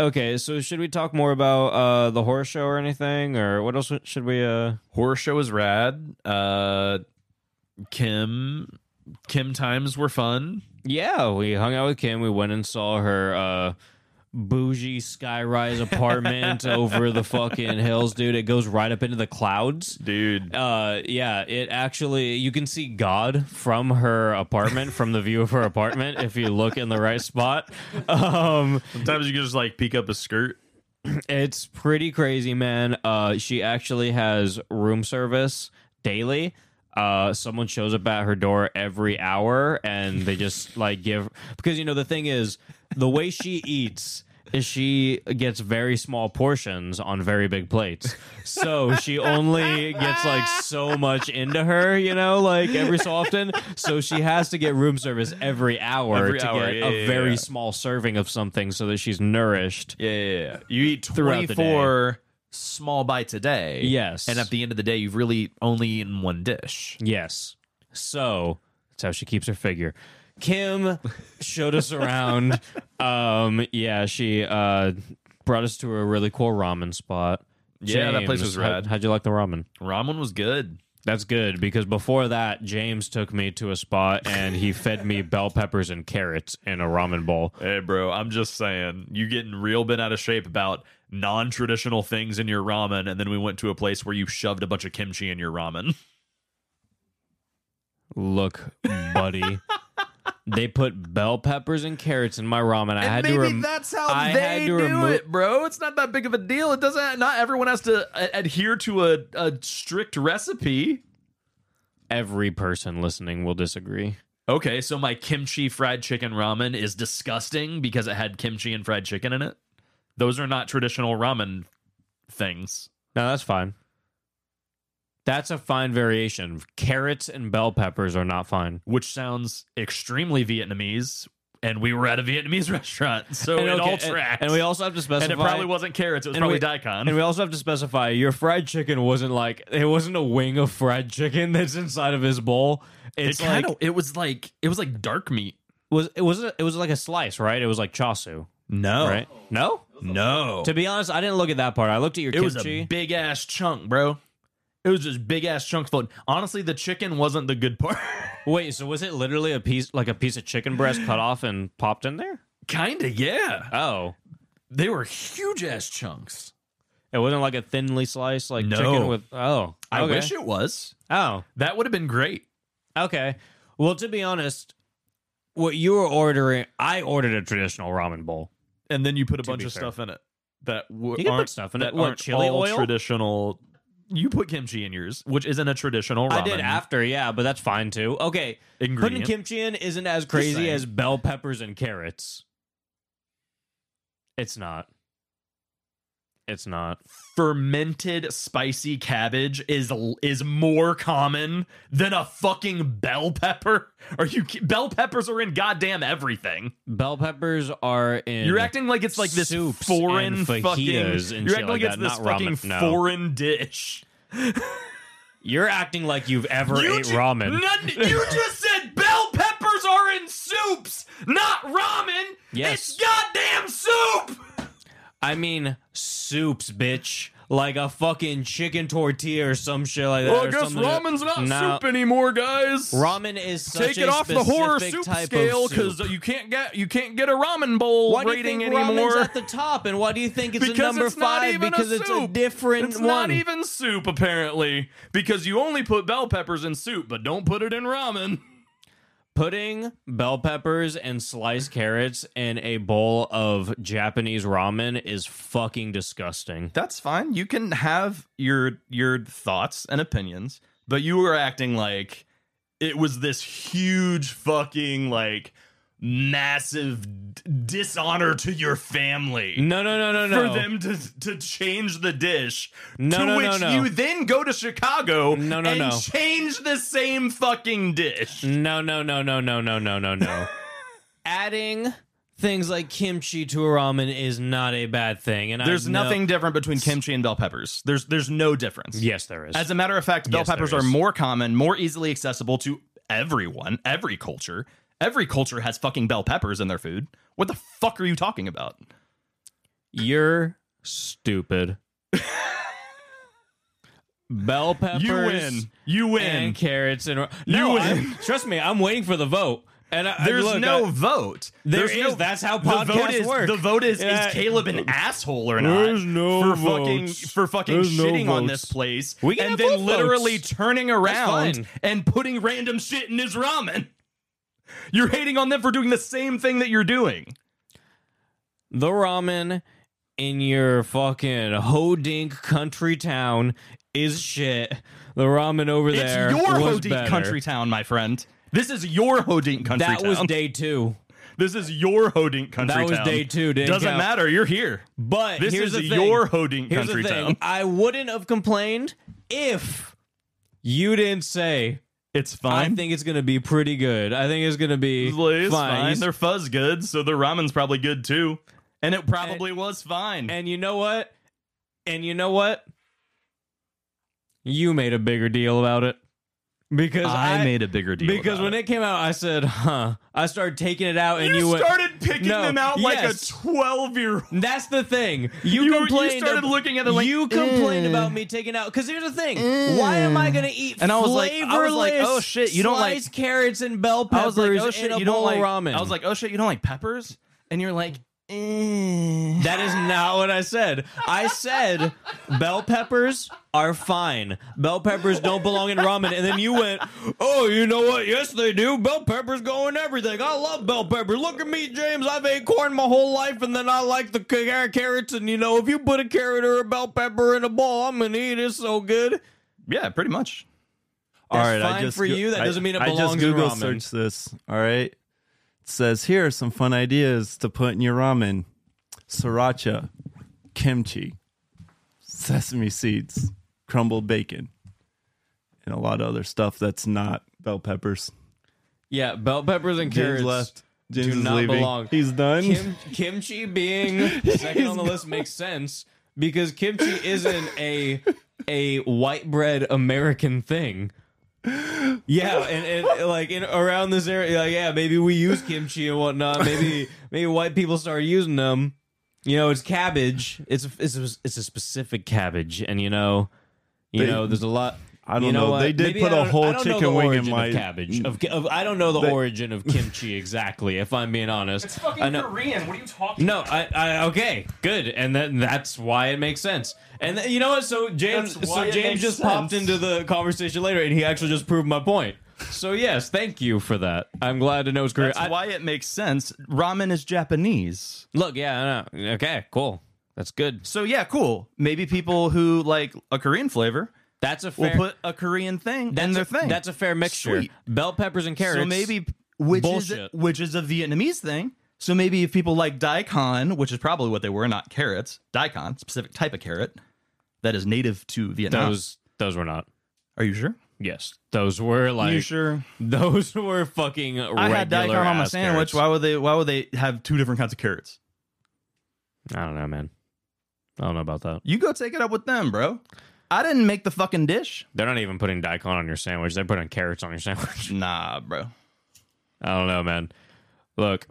Speaker 3: Okay, so should we talk more about uh, the horror show or anything, or what else should we? Uh...
Speaker 4: Horror show is rad. Uh, Kim, Kim times were fun.
Speaker 3: Yeah, we hung out with Kim. We went and saw her uh, bougie skyrise apartment over the fucking hills, dude. It goes right up into the clouds.
Speaker 4: Dude,
Speaker 3: Uh, yeah, it actually you can see God from her apartment, from the view of her apartment, if you look in the right spot. Um,
Speaker 4: sometimes you can just like peek up a skirt.
Speaker 3: It's pretty crazy, man. Uh, she actually has room service daily. Uh, someone shows up at her door every hour, and they just like give because you know the thing is the way she eats is she gets very small portions on very big plates, so she only gets like so much into her, you know, like every so often. So she has to get room service every hour
Speaker 4: Every
Speaker 3: to
Speaker 4: hour,
Speaker 3: get
Speaker 4: yeah,
Speaker 3: a
Speaker 4: yeah,
Speaker 3: very
Speaker 4: yeah.
Speaker 3: small serving of something so that she's nourished.
Speaker 4: Yeah, yeah, yeah. You eat
Speaker 3: Throughout the day.
Speaker 4: 24 small bites a day.
Speaker 3: Yes.
Speaker 4: And at the end of the day, you've really only eaten one dish.
Speaker 3: Yes. So that's how she keeps her figure. Kim showed us around. um, yeah, she uh, brought us to a really cool ramen spot.
Speaker 4: Yeah, that place was
Speaker 3: how-
Speaker 4: rad.
Speaker 3: how'd you like the ramen?
Speaker 4: Ramen was good.
Speaker 3: That's good because before that, James took me to a spot and he fed me bell peppers and carrots in a ramen bowl.
Speaker 4: Hey, bro, I'm just saying, you getting real bent out of shape about non traditional things in your ramen. And then we went to a place where you shoved a bunch of kimchi in your ramen.
Speaker 3: Look, buddy. They put bell peppers and carrots in my ramen. I had to rem- I had to remo-
Speaker 4: bro. It's not that big of a deal. It doesn't, not everyone has to a- adhere to a, a strict recipe.
Speaker 3: Every person listening will disagree.
Speaker 4: Okay, so my kimchi fried chicken ramen is disgusting because it had kimchi and fried chicken in it. Those are not traditional ramen things.
Speaker 3: No, that's fine. That's a fine variation. Carrots and bell peppers are not fine.
Speaker 4: which sounds extremely Vietnamese. And we were at a Vietnamese restaurant, so
Speaker 3: And
Speaker 4: it
Speaker 3: okay,
Speaker 4: all
Speaker 3: and-
Speaker 4: tracks.
Speaker 3: And, we also have to
Speaker 4: and
Speaker 3: specify.
Speaker 4: it probably wasn't carrots; it was
Speaker 3: and
Speaker 4: probably
Speaker 3: we-
Speaker 4: daikon.
Speaker 3: And we also have to specify your fried chicken wasn't like it wasn't a wing of fried chicken that's inside of his bowl. It's
Speaker 4: it
Speaker 3: like
Speaker 4: kinda, it was like it was like dark meat.
Speaker 3: was it was it was like a slice, right? It was like chasu,
Speaker 4: No,
Speaker 3: right? Oh. No.
Speaker 4: no,
Speaker 3: To be honest, I didn't look at that part. I looked at your
Speaker 4: it was
Speaker 3: kimchi.
Speaker 4: a big ass chunk, bro. It was just big ass chunks floating. Honestly, the chicken wasn't the good part.
Speaker 3: Wait, so was it literally a piece like a piece of chicken breast cut off and popped in there?
Speaker 4: Kinda, yeah.
Speaker 3: Oh,
Speaker 4: They were huge ass chunks.
Speaker 3: it wasn't like a thinly sliced like
Speaker 4: No.
Speaker 3: chicken with. Oh,
Speaker 4: I
Speaker 3: okay.
Speaker 4: wish it was.
Speaker 3: Oh,
Speaker 4: That would have been great.
Speaker 3: okay. Well, to be honest, what you were ordering, I ordered a traditional ramen bowl.
Speaker 4: And then you put a
Speaker 3: be
Speaker 4: bunch of
Speaker 3: fair.
Speaker 4: stuff in it that w-
Speaker 3: You can put
Speaker 4: aren't
Speaker 3: stuff in
Speaker 4: that
Speaker 3: it. What,
Speaker 4: aren't
Speaker 3: chili
Speaker 4: all
Speaker 3: oil?
Speaker 4: Traditional. You put kimchi in yours, which isn't a traditional ramen.
Speaker 3: I did after, yeah, but that's fine too. Okay, putting
Speaker 4: ingredient.
Speaker 3: kimchi in isn't as crazy
Speaker 4: saying.
Speaker 3: as bell peppers and carrots. It's not. It's not.
Speaker 4: Fermented spicy cabbage is is more common than a fucking bell pepper. Are you ki- bell peppers are in goddamn everything?
Speaker 3: Bell peppers are in.
Speaker 4: You're acting like it's like this
Speaker 3: Soups
Speaker 4: foreign
Speaker 3: and
Speaker 4: fucking.
Speaker 3: fajitas and
Speaker 4: you're
Speaker 3: shit
Speaker 4: acting
Speaker 3: like
Speaker 4: like, it's
Speaker 3: that,
Speaker 4: this
Speaker 3: not
Speaker 4: fucking
Speaker 3: ramen. No.
Speaker 4: foreign dish.
Speaker 3: You're acting like you've ever
Speaker 4: You
Speaker 3: ate
Speaker 4: ju-
Speaker 3: ramen.
Speaker 4: none- you just said bell peppers are in soups, not ramen.
Speaker 3: Yes.
Speaker 4: It's goddamn soup.
Speaker 3: I mean, soups, bitch. like a fucking chicken tortilla or some shit like that.
Speaker 4: Well, I
Speaker 3: or
Speaker 4: guess
Speaker 3: something.
Speaker 4: ramen's not
Speaker 3: No.
Speaker 4: soup anymore, guys.
Speaker 3: Ramen is such
Speaker 4: Take it
Speaker 3: a
Speaker 4: off the horror soup
Speaker 3: specific type of
Speaker 4: scale
Speaker 3: soup.
Speaker 4: because you can't get you can't get a ramen bowl
Speaker 3: Why do you
Speaker 4: rating
Speaker 3: think
Speaker 4: anymore.
Speaker 3: ramen's at the top, and why do you think it's a
Speaker 4: because
Speaker 3: number
Speaker 4: it's not
Speaker 3: five?
Speaker 4: even
Speaker 3: Because
Speaker 4: a
Speaker 3: it's a
Speaker 4: soup.
Speaker 3: different
Speaker 4: It's
Speaker 3: one.
Speaker 4: not even soup, apparently, because you only put bell peppers in soup, but don't put it in ramen.
Speaker 3: Putting bell peppers and sliced carrots in a bowl of Japanese ramen is fucking disgusting.
Speaker 4: That's fine. You can have your your thoughts and opinions, but you were acting like it was this huge fucking like massive d- dishonor to your family.
Speaker 3: No, no, no, no,
Speaker 4: for
Speaker 3: no.
Speaker 4: them to to change the dish.
Speaker 3: No,
Speaker 4: to
Speaker 3: no, no,
Speaker 4: which
Speaker 3: no.
Speaker 4: you then go to Chicago
Speaker 3: No, no,
Speaker 4: and
Speaker 3: no.
Speaker 4: change the same fucking dish.
Speaker 3: No, no, no, no, no, no, no, no, no. Adding things like kimchi to a ramen is not a bad thing. And I
Speaker 4: There's
Speaker 3: know-
Speaker 4: nothing different between kimchi and bell peppers. There's there's no difference.
Speaker 3: Yes, there is.
Speaker 4: As a matter of fact, bell
Speaker 3: Yes, there
Speaker 4: peppers are
Speaker 3: is.
Speaker 4: more common, more easily accessible to everyone, every culture. Every culture has fucking bell peppers in their food. What the fuck are you talking about?
Speaker 3: You're stupid. Bell peppers.
Speaker 4: You
Speaker 3: and carrots and no,
Speaker 4: You
Speaker 3: I'm-
Speaker 4: win.
Speaker 3: trust me, I'm waiting for the vote. And I,
Speaker 4: There's
Speaker 3: look,
Speaker 4: no
Speaker 3: I-
Speaker 4: vote.
Speaker 3: there
Speaker 4: There's
Speaker 3: is-
Speaker 4: no.
Speaker 3: that's how
Speaker 4: the vote
Speaker 3: podcasts
Speaker 4: is
Speaker 3: work.
Speaker 4: the vote is
Speaker 3: Yeah.
Speaker 4: is Caleb an asshole or not?
Speaker 5: There's
Speaker 4: for
Speaker 5: no
Speaker 4: fucking
Speaker 5: votes.
Speaker 4: for fucking
Speaker 5: There's no
Speaker 4: shitting on
Speaker 5: votes.
Speaker 4: this place
Speaker 3: We can
Speaker 4: and
Speaker 3: have
Speaker 4: then
Speaker 3: both
Speaker 4: literally
Speaker 3: votes.
Speaker 4: turning around
Speaker 3: fine.
Speaker 4: and putting random shit in his ramen. You're hating on them for doing the same thing that you're doing.
Speaker 3: the ramen in your fucking hodink country town is shit. The ramen over there
Speaker 4: it's your
Speaker 3: was
Speaker 4: Hodink
Speaker 3: better.
Speaker 4: country town, my friend. This is your Hodink country
Speaker 3: That
Speaker 4: town.
Speaker 3: was day two,
Speaker 4: this is your Hodink country
Speaker 3: That
Speaker 4: town.
Speaker 3: was day two, didn't
Speaker 4: Doesn't
Speaker 3: count.
Speaker 4: matter. You're here.
Speaker 3: but
Speaker 4: This
Speaker 3: here's
Speaker 4: is
Speaker 3: the thing.
Speaker 4: your Hodink
Speaker 3: Here's
Speaker 4: country
Speaker 3: the thing.
Speaker 4: town.
Speaker 3: I wouldn't have complained if you didn't say.
Speaker 4: It's
Speaker 3: I
Speaker 4: fine.
Speaker 3: think it's gonna be pretty good. I think it's gonna be
Speaker 4: It's fine.
Speaker 3: fine. You
Speaker 4: They're fuzz goods, so the ramen's probably good too. And it probably was fine.
Speaker 3: And you know what? And you know what? You made a bigger deal about it because I,
Speaker 4: I, made a bigger deal.
Speaker 3: because
Speaker 4: about
Speaker 3: when
Speaker 4: it,
Speaker 3: it. came out, I said, "Huh." I started taking it out, and you,
Speaker 4: you
Speaker 3: went.
Speaker 4: started picking
Speaker 3: No,
Speaker 4: them out like
Speaker 3: yes.
Speaker 4: a twelve-year-old.
Speaker 3: That's the thing.
Speaker 4: You
Speaker 3: You,
Speaker 4: were- you
Speaker 3: complained.
Speaker 4: started
Speaker 3: ab-
Speaker 4: looking at it like,
Speaker 3: you complained about me taking out. Because here's the thing: why am I going to eat?
Speaker 4: And I was like- I was like,
Speaker 3: flavorless
Speaker 4: oh, shit, you don't like-
Speaker 3: sliced carrots and bell peppers
Speaker 4: I was like, oh shit,
Speaker 3: in a
Speaker 4: you
Speaker 3: bowl
Speaker 4: don't like
Speaker 3: of ramen.
Speaker 4: I was like, oh shit, you don't like peppers? And you're like,
Speaker 3: That is not what I said. I said bell peppers are fine. Bell peppers don't belong in ramen. And then you went, oh, you know what? Yes, they do. Bell peppers go in everything. I love bell peppers. Look at me, James. I've ate corn my whole life, and then I like the car- carrots. And you know, if you put a carrot or a bell pepper in a bowl, I'm gonna eat. It's so good.
Speaker 4: yeah, pretty much.
Speaker 3: That's
Speaker 5: all right,
Speaker 3: fine
Speaker 5: I just
Speaker 3: for
Speaker 5: go-
Speaker 3: you. That
Speaker 5: I-
Speaker 3: doesn't mean it
Speaker 5: I
Speaker 3: belongs
Speaker 5: just
Speaker 3: in
Speaker 5: Google
Speaker 3: ramen.
Speaker 5: search this. All right, it says here are some fun ideas to put in your ramen: sriracha, kimchi, sesame seeds, crumbled bacon, and a lot of other stuff that's not bell peppers.
Speaker 3: Yeah, bell peppers and
Speaker 5: James
Speaker 3: carrots
Speaker 5: left. James
Speaker 3: do
Speaker 5: is
Speaker 3: not
Speaker 5: leaving.
Speaker 3: belong.
Speaker 5: He's done.
Speaker 3: Kim, kimchi being second on the list makes sense because kimchi isn't a a white bread American thing. Yeah, and, and like in around this area, like yeah, maybe we use kimchi and whatnot. Maybe maybe white people start using them. You know, it's cabbage. It's a, it's a, it's a specific cabbage, and you know, you
Speaker 5: They-
Speaker 3: know, there's a lot.
Speaker 5: I don't
Speaker 3: you know.
Speaker 5: know.
Speaker 3: what?
Speaker 5: They did
Speaker 3: Maybe
Speaker 5: put
Speaker 3: I
Speaker 5: a
Speaker 3: don't-
Speaker 5: whole
Speaker 3: I don't know
Speaker 5: chicken
Speaker 3: the
Speaker 5: wing in
Speaker 3: origin of
Speaker 5: my-
Speaker 3: cabbage. Of, of, I don't know the origin of kimchi exactly. If I'm being honest, it's fucking I know,
Speaker 4: Korean. What are you talking?
Speaker 3: no, I, I okay, good, and then that's why it makes sense. And th- you know what? So James,
Speaker 4: That's why
Speaker 3: so
Speaker 4: it
Speaker 3: James
Speaker 4: makes
Speaker 3: just popped
Speaker 4: sense.
Speaker 3: into the conversation later, and he actually just proved my point. So yes, thank you for that. I'm glad to know it's Korean.
Speaker 4: That's
Speaker 3: I-
Speaker 4: why it makes sense. Ramen is Japanese.
Speaker 3: Look, yeah, I know. okay, cool, that's good.
Speaker 4: So yeah, cool. Maybe people who like a Korean flavor
Speaker 3: That's a
Speaker 4: will
Speaker 3: fair.
Speaker 4: put a Korean thing
Speaker 3: that's
Speaker 4: in their
Speaker 3: a,
Speaker 4: thing.
Speaker 3: That's a fair mixture.
Speaker 4: Sweet.
Speaker 3: Bell peppers and carrots.
Speaker 4: So maybe which
Speaker 3: Bullshit.
Speaker 4: is which is a Vietnamese thing. So maybe if people like daikon, which is probably what they were, not carrots, daikon, specific type of carrot that is native to Vietnam.
Speaker 3: those those were not.
Speaker 4: Are you sure?
Speaker 3: Yes, those were like
Speaker 4: sure?
Speaker 3: those were fucking.
Speaker 4: I had daikon on my sandwich. Why would they? Why would they have two different kinds of carrots?
Speaker 3: I don't know, man. I don't know about that.
Speaker 4: You go take it up with them, bro. I didn't make the fucking dish.
Speaker 3: They're not even putting daikon on your sandwich. They're putting carrots on your sandwich.
Speaker 4: Nah, bro.
Speaker 3: I don't know, man. Look,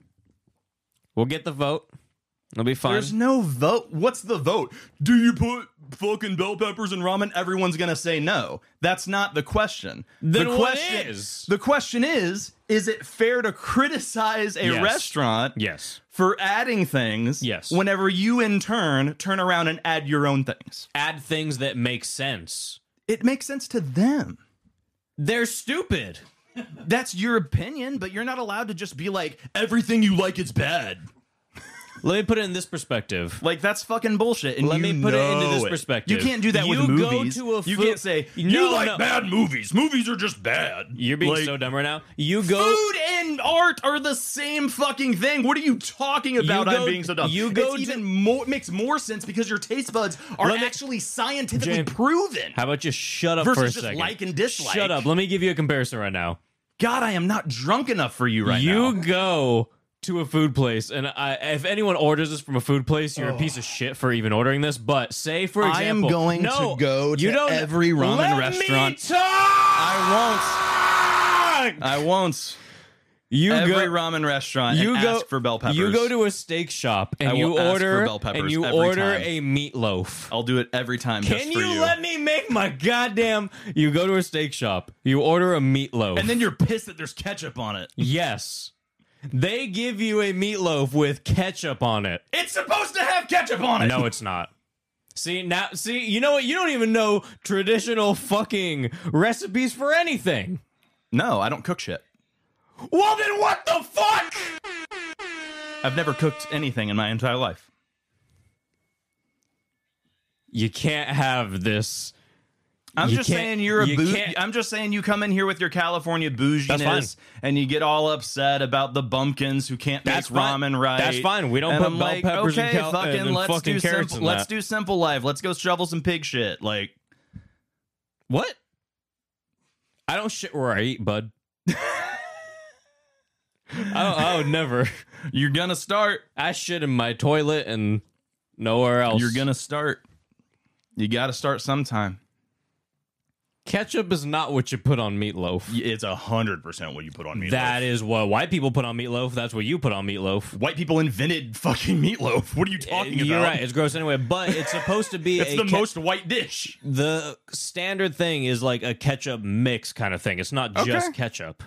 Speaker 3: we'll get the vote. It'll be fun.
Speaker 4: There's no vote. What's the vote? Do you put fucking bell peppers in ramen? Everyone's gonna say no. That's not the question.
Speaker 3: Then
Speaker 4: the
Speaker 3: what
Speaker 4: question
Speaker 3: is?
Speaker 4: the question is: Is it fair to criticize a
Speaker 3: Yes.
Speaker 4: restaurant
Speaker 3: yes.
Speaker 4: for adding things?
Speaker 3: Yes.
Speaker 4: Whenever you in turn turn around and add your own things,
Speaker 3: Add things that make sense.
Speaker 4: it makes sense to them.
Speaker 3: They're stupid.
Speaker 4: That's your opinion, but you're not allowed to just be like everything you like is bad.
Speaker 3: Let me put it in this perspective.
Speaker 4: Like that's fucking bullshit. And
Speaker 3: Let
Speaker 4: you
Speaker 3: me put it into
Speaker 4: know
Speaker 3: this perspective.
Speaker 4: You can't do that
Speaker 3: You
Speaker 4: with
Speaker 3: go
Speaker 4: movies.
Speaker 3: to a
Speaker 4: you
Speaker 3: fu-
Speaker 4: can't say
Speaker 3: No,
Speaker 4: you like
Speaker 3: no.
Speaker 4: bad movies. Movies are just bad.
Speaker 3: You're being
Speaker 4: Like,
Speaker 3: so dumb right now. You go.
Speaker 4: Food and art are the same fucking thing. What are you talking about?
Speaker 3: You go-
Speaker 4: I'm being so dumb.
Speaker 3: you go
Speaker 4: it's
Speaker 3: to-
Speaker 4: even more. It makes more sense because your taste buds are
Speaker 3: Let me-
Speaker 4: actually scientifically
Speaker 3: James,
Speaker 4: proven.
Speaker 3: How about you shut up
Speaker 4: Versus
Speaker 3: for a
Speaker 4: just
Speaker 3: second?
Speaker 4: like and dislike.
Speaker 3: Shut up. Let me give you a comparison right now.
Speaker 4: God, I am not drunk enough for you right
Speaker 3: you
Speaker 4: now.
Speaker 3: go to a food place, and I, if anyone orders this from a food place, you're a piece of shit for even ordering this. But say for
Speaker 4: I am
Speaker 3: example,
Speaker 4: going
Speaker 3: no,
Speaker 4: to go to
Speaker 3: you don't,
Speaker 4: every ramen
Speaker 3: Let me
Speaker 4: restaurant.
Speaker 3: talk!
Speaker 4: I won't. I won't.
Speaker 3: You
Speaker 4: Every
Speaker 3: go.
Speaker 4: ramen restaurant.
Speaker 3: you
Speaker 4: and
Speaker 3: go
Speaker 4: ask for bell peppers.
Speaker 3: You go to a steak shop and
Speaker 4: I
Speaker 3: you
Speaker 4: will ask for
Speaker 3: order
Speaker 4: bell peppers
Speaker 3: and you
Speaker 4: every
Speaker 3: order
Speaker 4: time.
Speaker 3: a meatloaf.
Speaker 4: I'll do it every time. just
Speaker 3: Can
Speaker 4: for
Speaker 3: you,
Speaker 4: you
Speaker 3: let me make my goddamn? You go to a steak shop, you order a meatloaf,
Speaker 4: And then you're pissed that there's ketchup on it.
Speaker 3: yes, they give you a meatloaf with ketchup on it.
Speaker 4: It's supposed to have ketchup on it.
Speaker 3: No, it's not. See now, see you know what? You don't even know traditional fucking recipes for anything.
Speaker 4: no, I don't cook shit.
Speaker 3: Well, then what the fuck?
Speaker 4: I've never cooked anything in my entire life.
Speaker 3: You can't have this.
Speaker 4: I'm
Speaker 3: You
Speaker 4: just
Speaker 3: can't-
Speaker 4: saying you're a
Speaker 3: you
Speaker 4: boo-
Speaker 3: can't-
Speaker 4: I'm just saying you come in here with your California
Speaker 3: That's fine.
Speaker 4: bouginess and you get all upset about the bumpkins who can't
Speaker 3: That's
Speaker 4: make
Speaker 3: fine.
Speaker 4: ramen right.
Speaker 3: That's fine. We don't
Speaker 4: and
Speaker 3: put
Speaker 4: I'm
Speaker 3: bell
Speaker 4: like,
Speaker 3: peppers and
Speaker 4: okay,
Speaker 3: cal-
Speaker 4: fucking
Speaker 3: and
Speaker 4: let's
Speaker 3: fucking
Speaker 4: do
Speaker 3: carrots
Speaker 4: simple,
Speaker 3: in
Speaker 4: let's
Speaker 3: that.
Speaker 4: do simple life. Let's go shovel some pig shit. Like
Speaker 3: What? I don't shit where I eat, bud. I, I would never.
Speaker 4: you're gonna start.
Speaker 3: I shit in my toilet and nowhere else.
Speaker 4: You're gonna start. You got to start sometime.
Speaker 3: ketchup is not what you put on meatloaf.
Speaker 4: Y- It's a hundred percent what you put on meatloaf.
Speaker 3: That is what white people put on meatloaf. That's what you put on meatloaf.
Speaker 4: white people invented fucking meatloaf. What are you talking
Speaker 3: You're
Speaker 4: about?
Speaker 3: right. It's gross anyway, but it's supposed to be
Speaker 4: It's
Speaker 3: a
Speaker 4: the
Speaker 3: ke-
Speaker 4: most white dish.
Speaker 3: the standard thing is like a ketchup mix kind of thing. It's not just ketchup.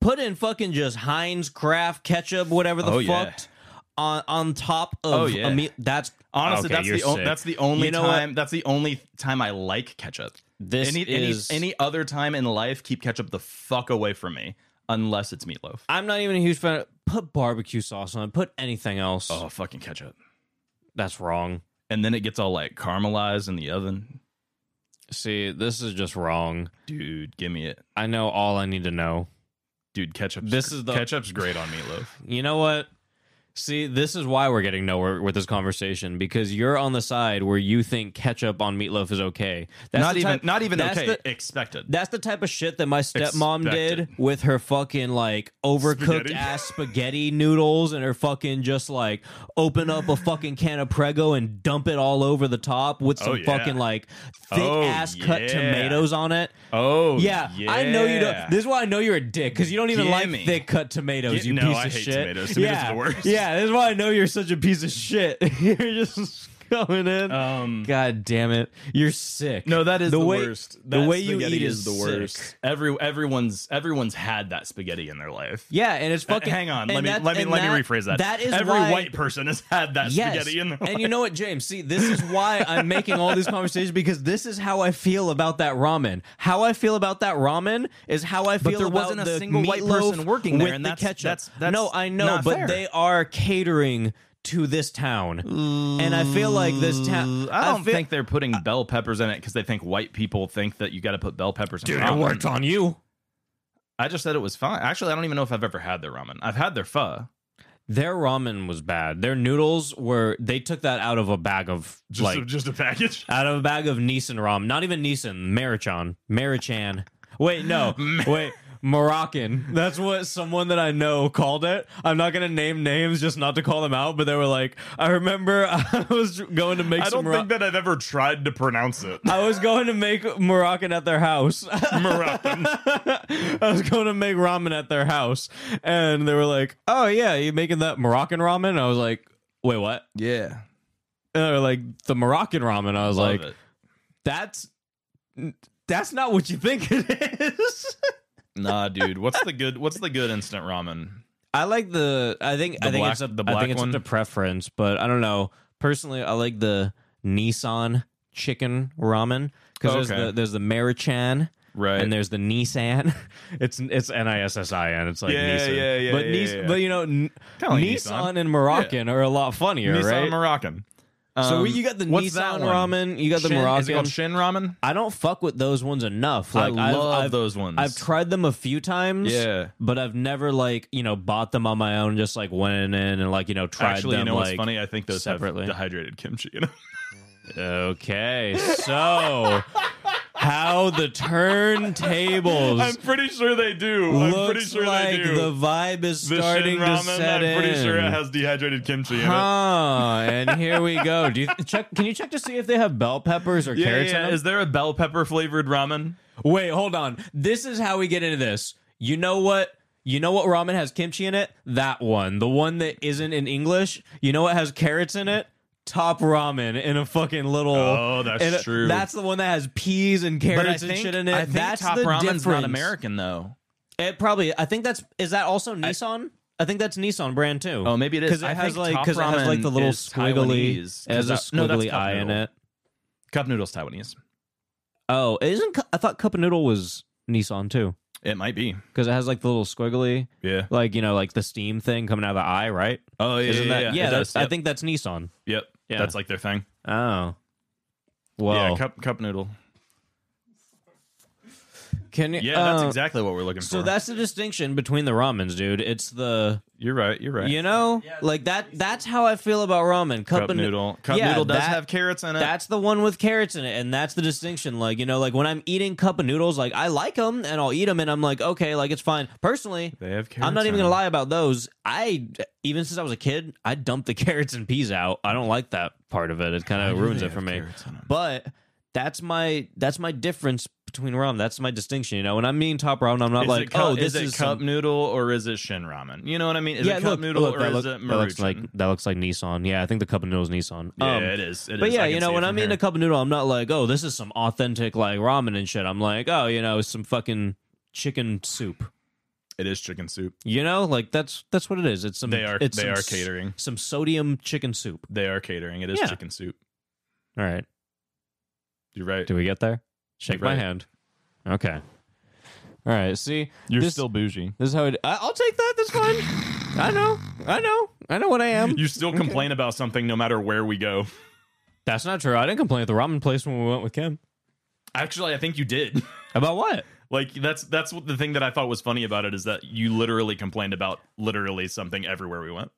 Speaker 3: Put in fucking just Heinz Kraft ketchup, whatever the
Speaker 4: Oh,
Speaker 3: fuck,
Speaker 4: yeah.
Speaker 3: on on top of
Speaker 4: Oh, yeah.
Speaker 3: a meat. That's
Speaker 4: Honestly,
Speaker 3: okay,
Speaker 4: that's
Speaker 3: you're
Speaker 4: the o-
Speaker 3: sick.
Speaker 4: that's the only
Speaker 3: You know
Speaker 4: time.
Speaker 3: What?
Speaker 4: That's the only time I like ketchup.
Speaker 3: This
Speaker 4: any,
Speaker 3: is
Speaker 4: any any other time in life, keep ketchup the fuck away from me, unless it's meatloaf.
Speaker 3: I'm not even a huge fan. Put barbecue sauce on. it. Put anything else.
Speaker 4: Oh, fucking ketchup!
Speaker 3: That's wrong.
Speaker 4: And then it gets all like caramelized in the oven.
Speaker 3: See, this is just wrong.
Speaker 4: Dude, give me it.
Speaker 3: I know all I need to know.
Speaker 4: Dude, ketchup.
Speaker 3: This is the-
Speaker 4: ketchup's great on meatloaf.
Speaker 3: You know what? See, this is why we're getting nowhere with this conversation because you're on the side where you think ketchup on meatloaf is okay. That's
Speaker 4: not
Speaker 3: the
Speaker 4: even
Speaker 3: type-
Speaker 4: not even
Speaker 3: that's
Speaker 4: okay.
Speaker 3: the-
Speaker 4: expected.
Speaker 3: that's the type of shit that my stepmom
Speaker 4: Expected.
Speaker 3: did with her fucking like overcooked
Speaker 4: Spaghetti.
Speaker 3: ass spaghetti noodles and her fucking just like open up a fucking can of Prego and dump it all over the top with some
Speaker 4: Oh, yeah.
Speaker 3: fucking like thick
Speaker 4: Oh,
Speaker 3: ass cut
Speaker 4: yeah.
Speaker 3: tomatoes on it.
Speaker 4: oh
Speaker 3: Yeah, I know you
Speaker 4: yeah.
Speaker 3: don't. This is why I know you're a dick because you don't even
Speaker 4: Gimme.
Speaker 3: like thick cut tomatoes.
Speaker 4: Gi-
Speaker 3: you
Speaker 4: no,
Speaker 3: piece
Speaker 4: I
Speaker 3: of
Speaker 4: hate
Speaker 3: shit.
Speaker 4: tomatoes. Tomatoes are
Speaker 3: yeah.
Speaker 4: the worst.
Speaker 3: Yeah, this is why I know you're such a piece of shit. you're just coming in.
Speaker 4: Um,
Speaker 3: God damn it, you're sick.
Speaker 4: No, that is the,
Speaker 3: way,
Speaker 4: worst.
Speaker 3: The
Speaker 4: That
Speaker 3: way you
Speaker 4: spaghetti
Speaker 3: eat
Speaker 4: is the
Speaker 3: sick.
Speaker 4: worst. Every everyone's everyone's had that spaghetti in their life.
Speaker 3: Yeah, and it's fucking.
Speaker 4: Uh, hang on,
Speaker 3: and
Speaker 4: let me
Speaker 3: that-
Speaker 4: let me
Speaker 3: and
Speaker 4: let me rephrase that.
Speaker 3: That is
Speaker 4: every
Speaker 3: why-
Speaker 4: white person has had that spaghetti in their life.
Speaker 3: And you know what, James? See, this is why I'm making all these conversations because this is how I feel about that ramen. How I feel about that ramen is how I feel
Speaker 4: But there
Speaker 3: about
Speaker 4: wasn't a
Speaker 3: the
Speaker 4: single white
Speaker 3: meatloaf
Speaker 4: person working there,
Speaker 3: with
Speaker 4: and
Speaker 3: the
Speaker 4: that's-
Speaker 3: ketchup.
Speaker 4: that's- that's
Speaker 3: no, I know,
Speaker 4: not
Speaker 3: but
Speaker 4: fair.
Speaker 3: they are catering to this town, and I feel like this town.
Speaker 4: I don't
Speaker 3: feel,
Speaker 4: think they're putting bell peppers in it because they think white people think that you got to put bell peppers. in
Speaker 3: it
Speaker 4: ramen.
Speaker 3: worked on you.
Speaker 4: I just said it was fine. Actually, I don't even know if I've ever had their ramen. I've had their pho.
Speaker 3: Their ramen was bad. Their noodles were. They took that out of a bag of like
Speaker 4: just a package.
Speaker 3: out of a bag of Nissan rum. Not even Nissan, Marichan. Marichan. Wait, no. Wait. Moroccan. That's what someone that I know called it. I'm not gonna name names just not to call them out, but they were like, I remember I was going to make
Speaker 4: I don't
Speaker 3: some Moro-
Speaker 4: think that I've ever tried to pronounce it.
Speaker 3: I was going to make Moroccan at their house.
Speaker 4: Moroccan.
Speaker 3: I was going to make ramen at their house, and they were like, "Oh yeah, you making that Moroccan ramen?" And I was like, Wait, what?
Speaker 4: Yeah.
Speaker 3: Uh, like the Moroccan ramen. I was
Speaker 6: Love
Speaker 3: like,
Speaker 6: it.
Speaker 3: that's that's not what you think it is.
Speaker 4: Nah, dude. What's the good? What's the good instant ramen?
Speaker 3: I like the. I think.
Speaker 4: The
Speaker 3: I think
Speaker 4: black-
Speaker 3: it's up,
Speaker 4: the
Speaker 3: I
Speaker 4: black
Speaker 3: think it's
Speaker 4: one?
Speaker 3: up to preference, but I don't know. Personally, I like the Nissan chicken ramen because
Speaker 4: Okay.
Speaker 3: there's the there's the Marichan.
Speaker 4: Right.
Speaker 3: And there's the Nissan. It's it's N I S S I N. It's like
Speaker 4: Yeah,
Speaker 3: Nissan.
Speaker 4: yeah, yeah,
Speaker 3: But
Speaker 4: yeah,
Speaker 3: Nis-
Speaker 4: yeah, yeah.
Speaker 3: but you know, n-
Speaker 4: Kinda like
Speaker 3: Nissan,
Speaker 4: Nissan.
Speaker 3: and Moroccan are a lot funnier,
Speaker 4: Nissan
Speaker 3: right?
Speaker 4: Moroccan.
Speaker 3: so
Speaker 4: Um,
Speaker 3: you got the
Speaker 4: what's that
Speaker 3: Nissan
Speaker 4: one?
Speaker 3: ramen, you got the
Speaker 4: Shin-
Speaker 3: Moroccan.
Speaker 4: Is it called Shin Ramen?
Speaker 3: I don't fuck with those ones enough. Like
Speaker 4: I
Speaker 3: I've-
Speaker 4: love
Speaker 3: I've,
Speaker 4: those ones.
Speaker 3: I've tried them a few times.
Speaker 4: Yeah.
Speaker 3: But I've never like, you know, bought them on my own, just like went in and like, you know, tried
Speaker 4: Actually,
Speaker 3: them.
Speaker 4: you know
Speaker 3: like,
Speaker 4: what's funny? I think those
Speaker 3: separately.
Speaker 4: have dehydrated kimchi. in 'em.
Speaker 3: Okay. So how the turntables
Speaker 4: I'm pretty sure they do. I'm pretty
Speaker 3: looks
Speaker 4: sure
Speaker 3: like
Speaker 4: they do.
Speaker 3: the vibe is
Speaker 4: The Shin
Speaker 3: starting to
Speaker 4: ramen,
Speaker 3: set
Speaker 4: I'm pretty
Speaker 3: in.
Speaker 4: sure it has dehydrated kimchi in it.
Speaker 3: Huh, and here we go. Do you check? Can you check to see if they have bell peppers or carrots? in them?
Speaker 4: Is there a bell pepper flavored ramen?
Speaker 3: Wait, hold on. This is how we get into this. You know what? You know what ramen has kimchi in it? That one. The one that isn't in English. You know what has carrots in it? Top ramen in a fucking little.
Speaker 4: Oh, that's
Speaker 3: in a-
Speaker 4: true.
Speaker 3: That's the one that has peas and carrots and shit in it.
Speaker 4: I think
Speaker 3: that's
Speaker 4: top
Speaker 3: the
Speaker 4: ramen's
Speaker 3: difference.
Speaker 4: not American though.
Speaker 3: It probably. I think that's. Is that also Nissan? I think that's Nissan brand too.
Speaker 4: Oh, maybe it is.
Speaker 3: Because it
Speaker 4: I
Speaker 3: has
Speaker 4: think
Speaker 3: like
Speaker 4: Top
Speaker 3: because it has like
Speaker 4: Ramen
Speaker 3: the little
Speaker 4: is
Speaker 3: squiggly.
Speaker 4: Taiwanese.
Speaker 3: It has a
Speaker 4: 'Cause that- no, that's
Speaker 3: squiggly
Speaker 4: cup
Speaker 3: eye in
Speaker 4: noodle.
Speaker 3: it.
Speaker 4: Cup noodles Taiwanese.
Speaker 3: Oh, isn't cu- I thought cup and noodle was Nissan too
Speaker 4: It might be.
Speaker 3: because it has like the little squiggly.
Speaker 4: Yeah.
Speaker 3: like you know, like the steam thing coming out of the eye, right?
Speaker 4: Oh yeah.
Speaker 3: Isn't
Speaker 4: yeah,
Speaker 3: that
Speaker 4: yeah,
Speaker 3: yeah?
Speaker 4: It
Speaker 3: that's,
Speaker 4: does. Yep.
Speaker 3: I think that's Nissan.
Speaker 4: Yep.
Speaker 3: Yeah.
Speaker 4: That's like their thing.
Speaker 3: Oh, well,
Speaker 4: Yeah. Cup cup noodle.
Speaker 3: can you?
Speaker 4: Yeah. that's
Speaker 3: uh,
Speaker 4: exactly what we're looking for.
Speaker 3: So that's the distinction between the ramens, dude. It's the
Speaker 4: you're right. You're right.
Speaker 3: you know, like that. That's how I feel about ramen. Cup,
Speaker 4: cup
Speaker 3: and
Speaker 4: noodle. Cup
Speaker 3: Yeah,
Speaker 4: noodle does
Speaker 3: that-
Speaker 4: have carrots in it.
Speaker 3: That's the one with carrots in it, and that's the distinction. Like you know, like when I'm eating cup of noodles, like I like them and I'll eat them, and I'm like, okay, like it's fine. Personally,
Speaker 4: they have carrots.
Speaker 3: I'm not even
Speaker 4: in
Speaker 3: gonna
Speaker 4: it.
Speaker 3: lie about those. I even since I was a kid, I dumped the carrots and peas out. I don't like that part of it. It kind of ruins
Speaker 4: they
Speaker 3: it for
Speaker 4: have
Speaker 3: me.
Speaker 4: carrots in 'em?
Speaker 3: But that's my that's my difference between ramen. That's my distinction. You know, when I'm eating top ramen, I'm not
Speaker 4: Is
Speaker 3: like,
Speaker 4: it cup,
Speaker 3: oh, this
Speaker 4: is,
Speaker 3: is,
Speaker 4: it cup
Speaker 3: some-
Speaker 4: noodle or is it shin ramen? You know what I mean? Is
Speaker 3: yeah,
Speaker 4: it cup
Speaker 3: look,
Speaker 4: noodle
Speaker 3: look,
Speaker 4: or
Speaker 3: that,
Speaker 4: is
Speaker 3: look-
Speaker 4: it
Speaker 3: that looks
Speaker 4: maruchan?
Speaker 3: like that looks like Nissan. Yeah, I think the cup of noodle is Nissan.
Speaker 4: yeah,
Speaker 3: Um,
Speaker 4: it is. It
Speaker 3: but
Speaker 4: is. I
Speaker 3: yeah,
Speaker 4: can
Speaker 3: you know,
Speaker 4: see
Speaker 3: when
Speaker 4: it
Speaker 3: I'm
Speaker 4: from
Speaker 3: eating a
Speaker 4: here.
Speaker 3: cup of noodle, I'm not like, oh, this is some authentic like ramen and shit. I'm like, oh, you know, some fucking chicken soup.
Speaker 4: it is chicken soup.
Speaker 3: You know, like that's that's what it is. It's some
Speaker 4: They are-
Speaker 3: it's
Speaker 4: they
Speaker 3: some
Speaker 4: are
Speaker 3: s-
Speaker 4: catering.
Speaker 3: some sodium chicken soup.
Speaker 4: They are catering. It is
Speaker 3: Yeah.
Speaker 4: chicken soup.
Speaker 3: All right,
Speaker 4: You're right.
Speaker 3: do we get there? Shake my
Speaker 4: Right.
Speaker 3: hand. Okay. All right. See,
Speaker 4: You're
Speaker 3: this,
Speaker 4: still bougie.
Speaker 3: this is how it, I, I'll take that. That's fine. I know. I know. I know what I am.
Speaker 4: You still complain about something no matter where we go.
Speaker 3: That's not true. I didn't complain at the ramen place when we went with Kim.
Speaker 4: Actually, I think you did.
Speaker 3: About what?
Speaker 4: like that's that's what the thing that I thought was funny about it is that you literally complained about literally something everywhere we went.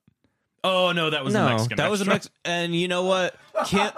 Speaker 4: Oh no, that was
Speaker 3: no,
Speaker 4: a Mexican.
Speaker 3: that was a
Speaker 4: restaurant.
Speaker 3: Mex. And you know what? Kim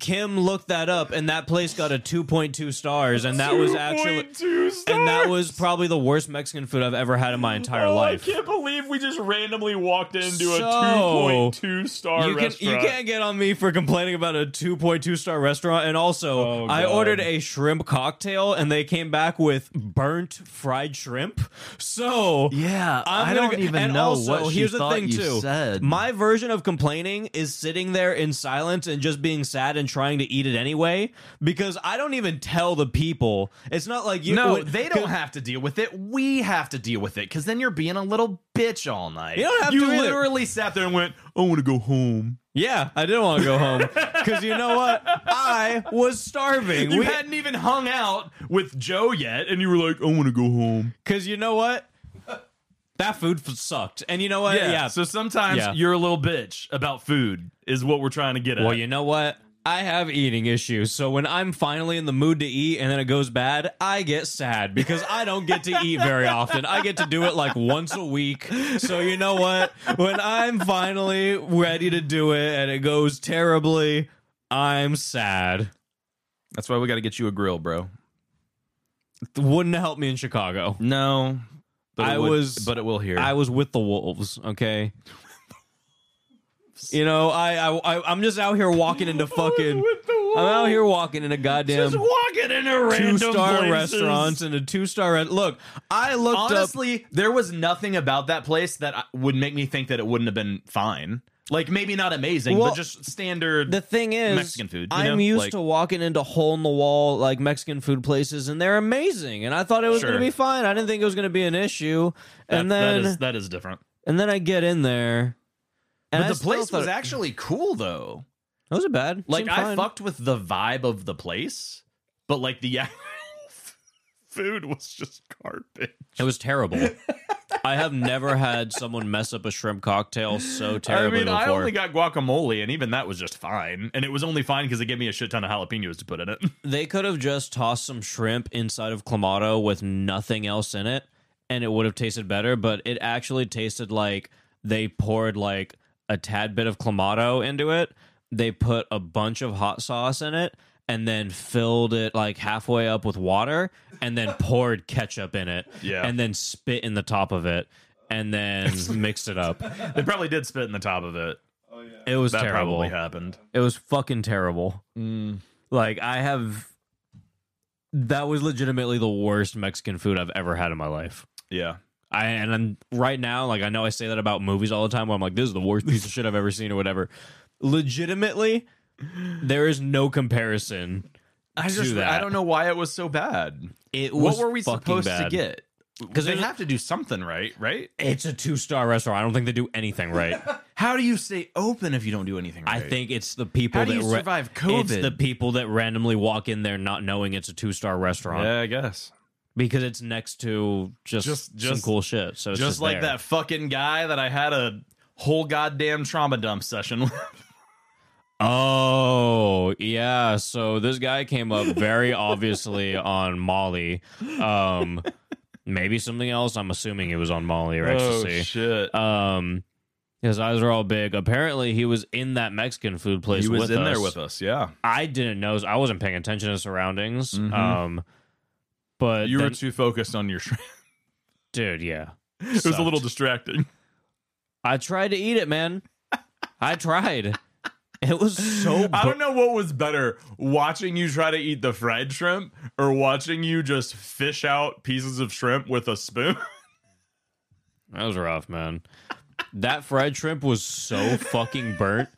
Speaker 3: Kim looked that up, and that place got a two point two stars, and that was actually.
Speaker 4: 2.2 stars.
Speaker 3: And that was probably the worst Mexican food I've ever had in my entire
Speaker 4: Oh,
Speaker 3: life.
Speaker 4: I can't believe we just randomly walked into
Speaker 3: So,
Speaker 4: a 2.2 star
Speaker 3: you, can,
Speaker 4: restaurant.
Speaker 3: you can't get on me for complaining about a 2.2 star restaurant. And also,
Speaker 6: Oh,
Speaker 3: I ordered a shrimp cocktail and they came back with burnt fried shrimp. So,
Speaker 6: Yeah,
Speaker 3: I'm
Speaker 6: I
Speaker 3: gonna
Speaker 6: don't
Speaker 3: go-
Speaker 6: even
Speaker 3: and
Speaker 6: know
Speaker 3: also,
Speaker 6: what she
Speaker 3: here's the
Speaker 6: thought
Speaker 3: thing
Speaker 6: you
Speaker 3: too.
Speaker 6: said.
Speaker 3: My version of complaining is sitting there in silence and just being sad and trying to eat it anyway because I don't even tell the people. It's not like you
Speaker 6: no,
Speaker 3: when-
Speaker 6: they don't have to deal with it. We have to deal with it because then you're being a little bitch all night.
Speaker 3: You don't have
Speaker 4: You
Speaker 3: to either.
Speaker 4: literally sat there and went, "I want to go home."
Speaker 3: Yeah, I didn't want to go home because you know what? I was starving.
Speaker 4: You
Speaker 3: We-
Speaker 4: hadn't even hung out with Joe yet, and you were like, "I want to go home."
Speaker 3: Because you know what? That food f- sucked. And you know what? Yeah.
Speaker 4: So sometimes
Speaker 3: Yeah.
Speaker 4: you're a little bitch about food, is what we're trying to get at.
Speaker 3: well, you know what? I have eating issues. So when I'm finally in the mood to eat and then it goes bad, I get sad because I don't get to eat very often. I get to do it like once a week. So you know what? When I'm finally ready to do it and it goes terribly, I'm sad.
Speaker 6: That's why we got to get you a grill, bro.
Speaker 3: Wouldn't help me in Chicago.
Speaker 6: No, but it
Speaker 3: I
Speaker 6: would-
Speaker 3: was-
Speaker 6: but it will here.
Speaker 3: I was with the wolves, okay? You know, I, I, I I'm just out here walking into fucking. I'm out here walking into goddamn
Speaker 6: walking in a
Speaker 3: two star restaurants and a two star. Re- Look, I looked up.
Speaker 6: Honestly, there was nothing about that place that I- would make me think that it wouldn't have been fine.
Speaker 4: Like maybe not amazing,
Speaker 3: Well,
Speaker 4: but just standard.
Speaker 3: The thing is,
Speaker 4: Mexican food, you know?
Speaker 3: I'm used
Speaker 4: Like-
Speaker 3: to walking into hole in the wall like Mexican food places, and they're amazing. And I thought it was
Speaker 4: Sure.
Speaker 3: going to be fine. I didn't think it was going to be an issue.
Speaker 4: that-
Speaker 3: And then,
Speaker 4: that is that is different.
Speaker 3: and then I get in there, and I
Speaker 4: but the
Speaker 3: still
Speaker 4: place
Speaker 3: thought
Speaker 4: was
Speaker 3: it-
Speaker 4: actually cool though.
Speaker 3: It wasn't bad.
Speaker 4: Like
Speaker 3: Seemed
Speaker 4: I
Speaker 3: fine.
Speaker 4: fucked with the vibe of the place, but like the actual food was just garbage.
Speaker 3: It was terrible. I have never had someone mess up a shrimp cocktail so
Speaker 4: I
Speaker 3: terribly
Speaker 4: mean, I
Speaker 3: before.
Speaker 4: only got guacamole, and even that was just fine. And it was only fine because they gave me a shit ton of jalapenos to put in it.
Speaker 3: they could have just tossed some shrimp inside of clamato with nothing else in it and it would have tasted better but it actually tasted like they poured like a tad bit of clamato into it they put a bunch of hot sauce in it and then filled it like halfway up with water and then poured ketchup in it
Speaker 4: Yeah.
Speaker 3: and then spit in the top of it and then mixed it up
Speaker 4: they probably did spit in the top of it.
Speaker 3: it was
Speaker 4: That
Speaker 3: terrible
Speaker 4: probably happened.
Speaker 3: it was fucking terrible.
Speaker 4: Mm.
Speaker 3: Like I have that was legitimately the worst Mexican food I've ever had in my life.
Speaker 4: Yeah.
Speaker 3: I and I'm right now, like I know I say that about movies all the time where I'm like, this is the worst piece of shit I've ever seen or whatever. Legitimately, there is no comparison.
Speaker 4: I
Speaker 3: just- that.
Speaker 4: I don't know why it was so bad.
Speaker 3: It was
Speaker 4: What were we
Speaker 3: fucking
Speaker 4: supposed to
Speaker 3: bad.
Speaker 4: get?
Speaker 3: 'Cause
Speaker 4: Because they
Speaker 3: there's-
Speaker 4: have to do something right, right?
Speaker 3: It's a two star restaurant. I don't think they do anything right.
Speaker 4: How do you stay open if you don't do anything right?
Speaker 3: I think it's the people
Speaker 4: How do
Speaker 3: that
Speaker 4: you survive
Speaker 3: It's
Speaker 4: COVID?
Speaker 3: the people that randomly walk in there not knowing it's a two star restaurant.
Speaker 4: Yeah, I guess.
Speaker 3: because it's next to just,
Speaker 4: Just-
Speaker 3: some
Speaker 4: just-
Speaker 3: cool shit. So it's
Speaker 4: Just,
Speaker 3: just,
Speaker 4: like
Speaker 3: there.
Speaker 4: that fucking guy that I had a whole goddamn trauma dump session with.
Speaker 3: Oh yeah. So this guy came up very obviously on Molly. Um, maybe something else. I'm assuming it was on Molly
Speaker 4: Oh,
Speaker 3: or ecstasy.
Speaker 4: shit.
Speaker 3: Um, his eyes are all big. Apparently, he was in that Mexican food place.
Speaker 4: he was
Speaker 3: with
Speaker 4: in
Speaker 3: us.
Speaker 4: there with us, yeah.
Speaker 3: I didn't know. I wasn't paying attention to surroundings.
Speaker 4: Mhm.
Speaker 3: Um, but
Speaker 4: You were
Speaker 3: then-
Speaker 4: too focused on your shrimp.
Speaker 3: dude. Yeah,
Speaker 4: It was a little distracting.
Speaker 3: I tried to eat it, man. I tried. It was so.
Speaker 4: I don't know what was better, watching you try to eat the fried shrimp or watching you just fish out pieces of shrimp with a spoon.
Speaker 3: That was rough, man. That fried shrimp was so fucking burnt.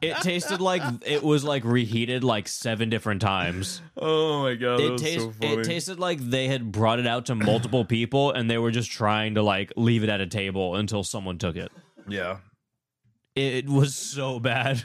Speaker 3: It tasted like it was like reheated like seven different times.
Speaker 4: Oh my god,
Speaker 3: It, taste, it tasted like they had brought it out to multiple people and they were just trying to like leave it at a table until someone took it.
Speaker 4: yeah.
Speaker 3: It was so bad.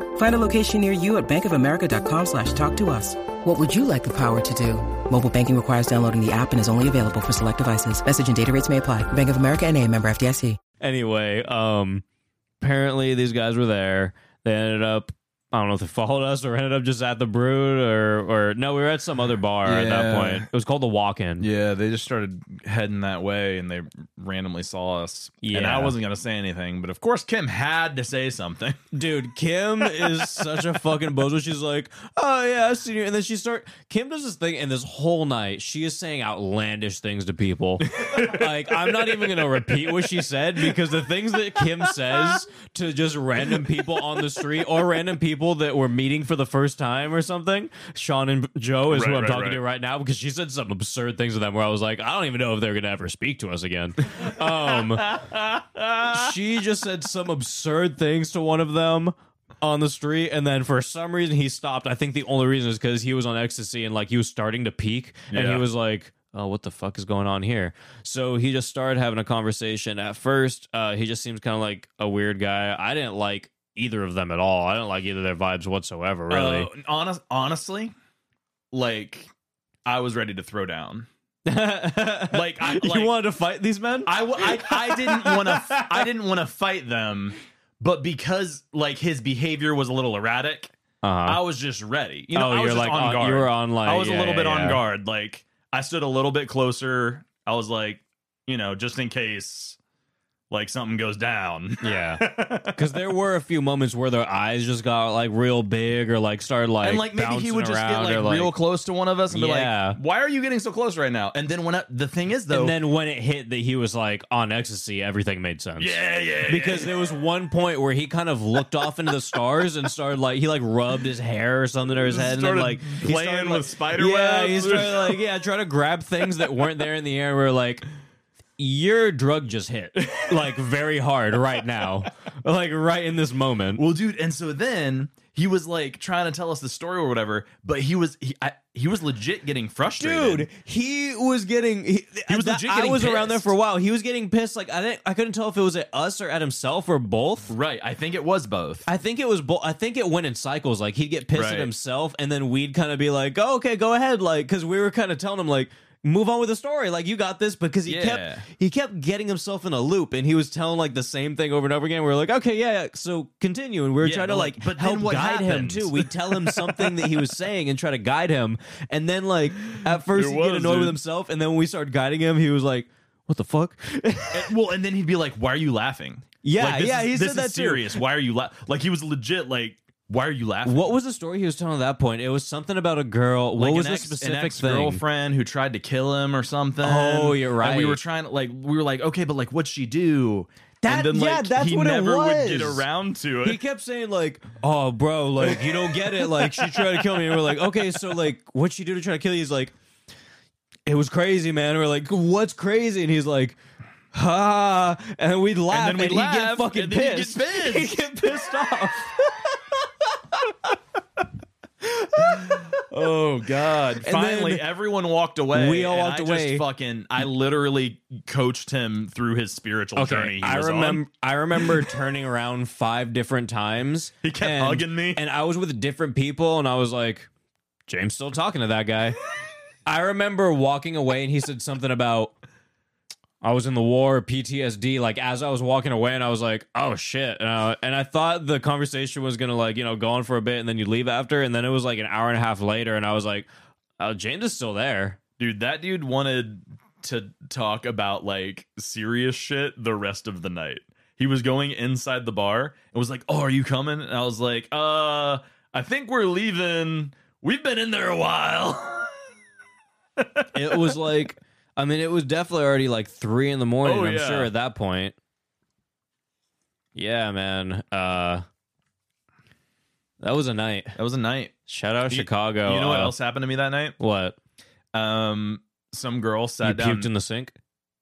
Speaker 6: Find a location near you at bankofamerica.com slash talk to us. What would you like the power to do? Mobile banking requires downloading the app and is only available for select devices. Message and data rates may apply. Bank of America and a member FDIC.
Speaker 3: Anyway, um apparently these guys were there. They ended up I don't know if they followed us or ended up just at the brood or or no, we were at some other bar at that
Speaker 4: Yeah.
Speaker 3: point. It was called the walk in.
Speaker 4: Yeah, they just started heading that way and they randomly saw us. And
Speaker 3: Yeah.
Speaker 4: I wasn't going to say anything, but of course Kim had to say something.
Speaker 3: Dude, Kim is such a fucking bozo. She's like, oh yeah, I've seen you. And then she start Kim does this thing, and this whole night she is saying outlandish things to people. like, I'm not even gonna repeat what she said because the things that Kim says to just random people on the street or random people that were meeting for the first time or something. Sean and Joe is who
Speaker 4: Right,
Speaker 3: I'm
Speaker 4: right,
Speaker 3: talking
Speaker 4: right.
Speaker 3: to right now because she said some absurd things to them where I was like, I don't even know if they're gonna ever speak to us again. Um she just said some absurd things to one of them on the street and then for some reason he stopped i think the only reason is because he was on ecstasy and like he was starting to peak and he
Speaker 4: Yeah.
Speaker 3: was like oh what the fuck is going on here so he just started having a conversation at first uh, he just seems kind of like a weird guy i didn't like either of them at all i didn't like either of their vibes whatsoever really
Speaker 4: Uh, honest, honestly, like I was ready to throw down. Like, I,
Speaker 3: you
Speaker 4: like-
Speaker 3: wanted to fight these men
Speaker 4: I, w- I, I didn't want to I didn't want to fight them, but because like his behavior was a little erratic,
Speaker 3: uh-huh.
Speaker 4: I was just ready. You know,
Speaker 3: oh
Speaker 4: I was
Speaker 3: you're
Speaker 4: just
Speaker 3: like
Speaker 4: on
Speaker 3: on-
Speaker 4: guard.
Speaker 3: you were on like
Speaker 4: I was a
Speaker 3: yeah,
Speaker 4: little
Speaker 3: yeah,
Speaker 4: bit on
Speaker 3: yeah.
Speaker 4: guard. Like I stood a little bit closer. I was like, you know, just in case like something goes down.
Speaker 3: Yeah, because there were a few moments where their eyes just got like real big, or like started like
Speaker 4: and like maybe he
Speaker 3: bouncing
Speaker 4: would just get
Speaker 3: around,
Speaker 4: like,
Speaker 3: or,
Speaker 4: real close to one of us and be
Speaker 3: Yeah.
Speaker 4: like, "Why are you getting so close right now?" And then when I, the thing is though,
Speaker 3: And then when it hit that he was like on ecstasy, everything made sense.
Speaker 4: yeah, yeah,
Speaker 3: Because there was one point where he kind of looked off into the stars and started like he like rubbed his hair or something or his head and then
Speaker 4: Started
Speaker 3: like he
Speaker 4: playing
Speaker 3: started,
Speaker 4: with
Speaker 3: like-
Speaker 4: spider
Speaker 3: Yeah, he
Speaker 4: webs.
Speaker 3: started like yeah, trying to grab things that weren't there in the air. We're like, your drug just hit like very hard right now, like right in this moment.
Speaker 4: Well, dude, and so then he was like trying to tell us the story or whatever, but he was he I, he was legit getting frustrated.
Speaker 3: Dude, he was getting. He,
Speaker 4: was
Speaker 3: that-
Speaker 4: legit
Speaker 3: I
Speaker 4: getting
Speaker 3: was around there
Speaker 4: pissed.
Speaker 3: for a while. He was getting pissed. Like I didn't. I couldn't tell if it was at us or at himself or both.
Speaker 4: right? I think it was both.
Speaker 3: I think it was. Bo- I think it went in cycles. Like he'd get pissed
Speaker 4: Right.
Speaker 3: at himself, and then we'd kind of be like, oh, "Okay, go ahead," like because we were kind of telling him like, "Move on with the story." Like you got this because he
Speaker 4: Yeah.
Speaker 3: kept he kept getting himself in a loop, and he was telling like the same thing over and over again. We were like, "Okay, yeah, yeah, so continue," and we were
Speaker 4: Yeah,
Speaker 3: trying to
Speaker 4: but,
Speaker 3: like
Speaker 4: like, but then
Speaker 3: help
Speaker 4: what
Speaker 3: guide him
Speaker 4: happened?
Speaker 3: too. We tell him something that he was saying and try to guide him, and then like at first
Speaker 4: It
Speaker 3: he'd get
Speaker 4: was,
Speaker 3: annoyed with
Speaker 4: dude.
Speaker 3: himself, and then when we started guiding him, he was like, "What the fuck?"
Speaker 4: And- well, and then he'd be like, "Why are you laughing?"
Speaker 3: Yeah,
Speaker 4: like, this
Speaker 3: yeah,
Speaker 4: is-
Speaker 3: he
Speaker 4: this
Speaker 3: said
Speaker 4: is
Speaker 3: that too.
Speaker 4: serious. Why are you la-? like he was legit like, "Why are you laughing?"
Speaker 3: What was the story he was telling at that point? It was something about a girl. What
Speaker 4: Like
Speaker 3: was
Speaker 4: an
Speaker 3: the
Speaker 4: ex- an
Speaker 3: specific thing?
Speaker 4: ex-girlfriend who tried to kill him or something?
Speaker 3: Oh, you're
Speaker 4: And we were
Speaker 3: right.
Speaker 4: trying to like we were like, okay, but like, what'd she do?
Speaker 3: That-
Speaker 4: and then,
Speaker 3: yeah,
Speaker 4: like,
Speaker 3: that's
Speaker 4: he
Speaker 3: what it
Speaker 4: never
Speaker 3: was.
Speaker 4: would get around to it.
Speaker 3: He kept saying like, "Oh, bro, like you don't get it. Like she tried to kill me." And we're like, "Okay, so like, what'd she do to try to kill you?" He's like, "It was crazy, man." And we're like, "What's crazy?" And he's like, "Ha!" And we'd laugh,
Speaker 4: then we'd
Speaker 3: and he'd get
Speaker 4: laugh,
Speaker 3: fucking
Speaker 4: and then he'd get
Speaker 3: pissed.
Speaker 4: pissed.
Speaker 3: He'd get pissed off.
Speaker 4: Oh God! Finally,
Speaker 3: then
Speaker 4: everyone walked away.
Speaker 3: we all
Speaker 4: and
Speaker 3: walked
Speaker 4: I
Speaker 3: away.
Speaker 4: Just fucking, I literally coached him through his spiritual journey. He
Speaker 3: I
Speaker 4: was
Speaker 3: remember. I remember turning around five different times.
Speaker 4: He kept
Speaker 3: and-
Speaker 4: hugging me.
Speaker 3: and I was with different people, and I was like, "James still talking to that guy." I remember walking away, and he said something about I was in the war, PTSD. Like as I was walking away, and I was like, "Oh shit!" And I, and I thought the conversation was gonna like you know go on for a bit, and then you leave after, and then it was like an hour and a half later, and I was like, "Oh, James is still there."
Speaker 4: on. dude. That dude wanted to talk about like serious shit the rest of the night. He was going inside the bar and was like, "Oh, are you coming?" And I was like, "Uh, I think we're leaving. We've been in there a while."
Speaker 3: it was like I mean, it was definitely already like three in the morning,
Speaker 4: Oh,
Speaker 3: I'm
Speaker 4: yeah.
Speaker 3: sure at that point. Yeah, man. Uh that was a night.
Speaker 4: that was a night.
Speaker 3: Shout out
Speaker 4: You-
Speaker 3: Chicago.
Speaker 4: you know what
Speaker 3: Uh,
Speaker 4: else happened to me that night?
Speaker 3: What?
Speaker 4: Um, some girl sat
Speaker 3: you
Speaker 4: down.
Speaker 3: puked in the sink?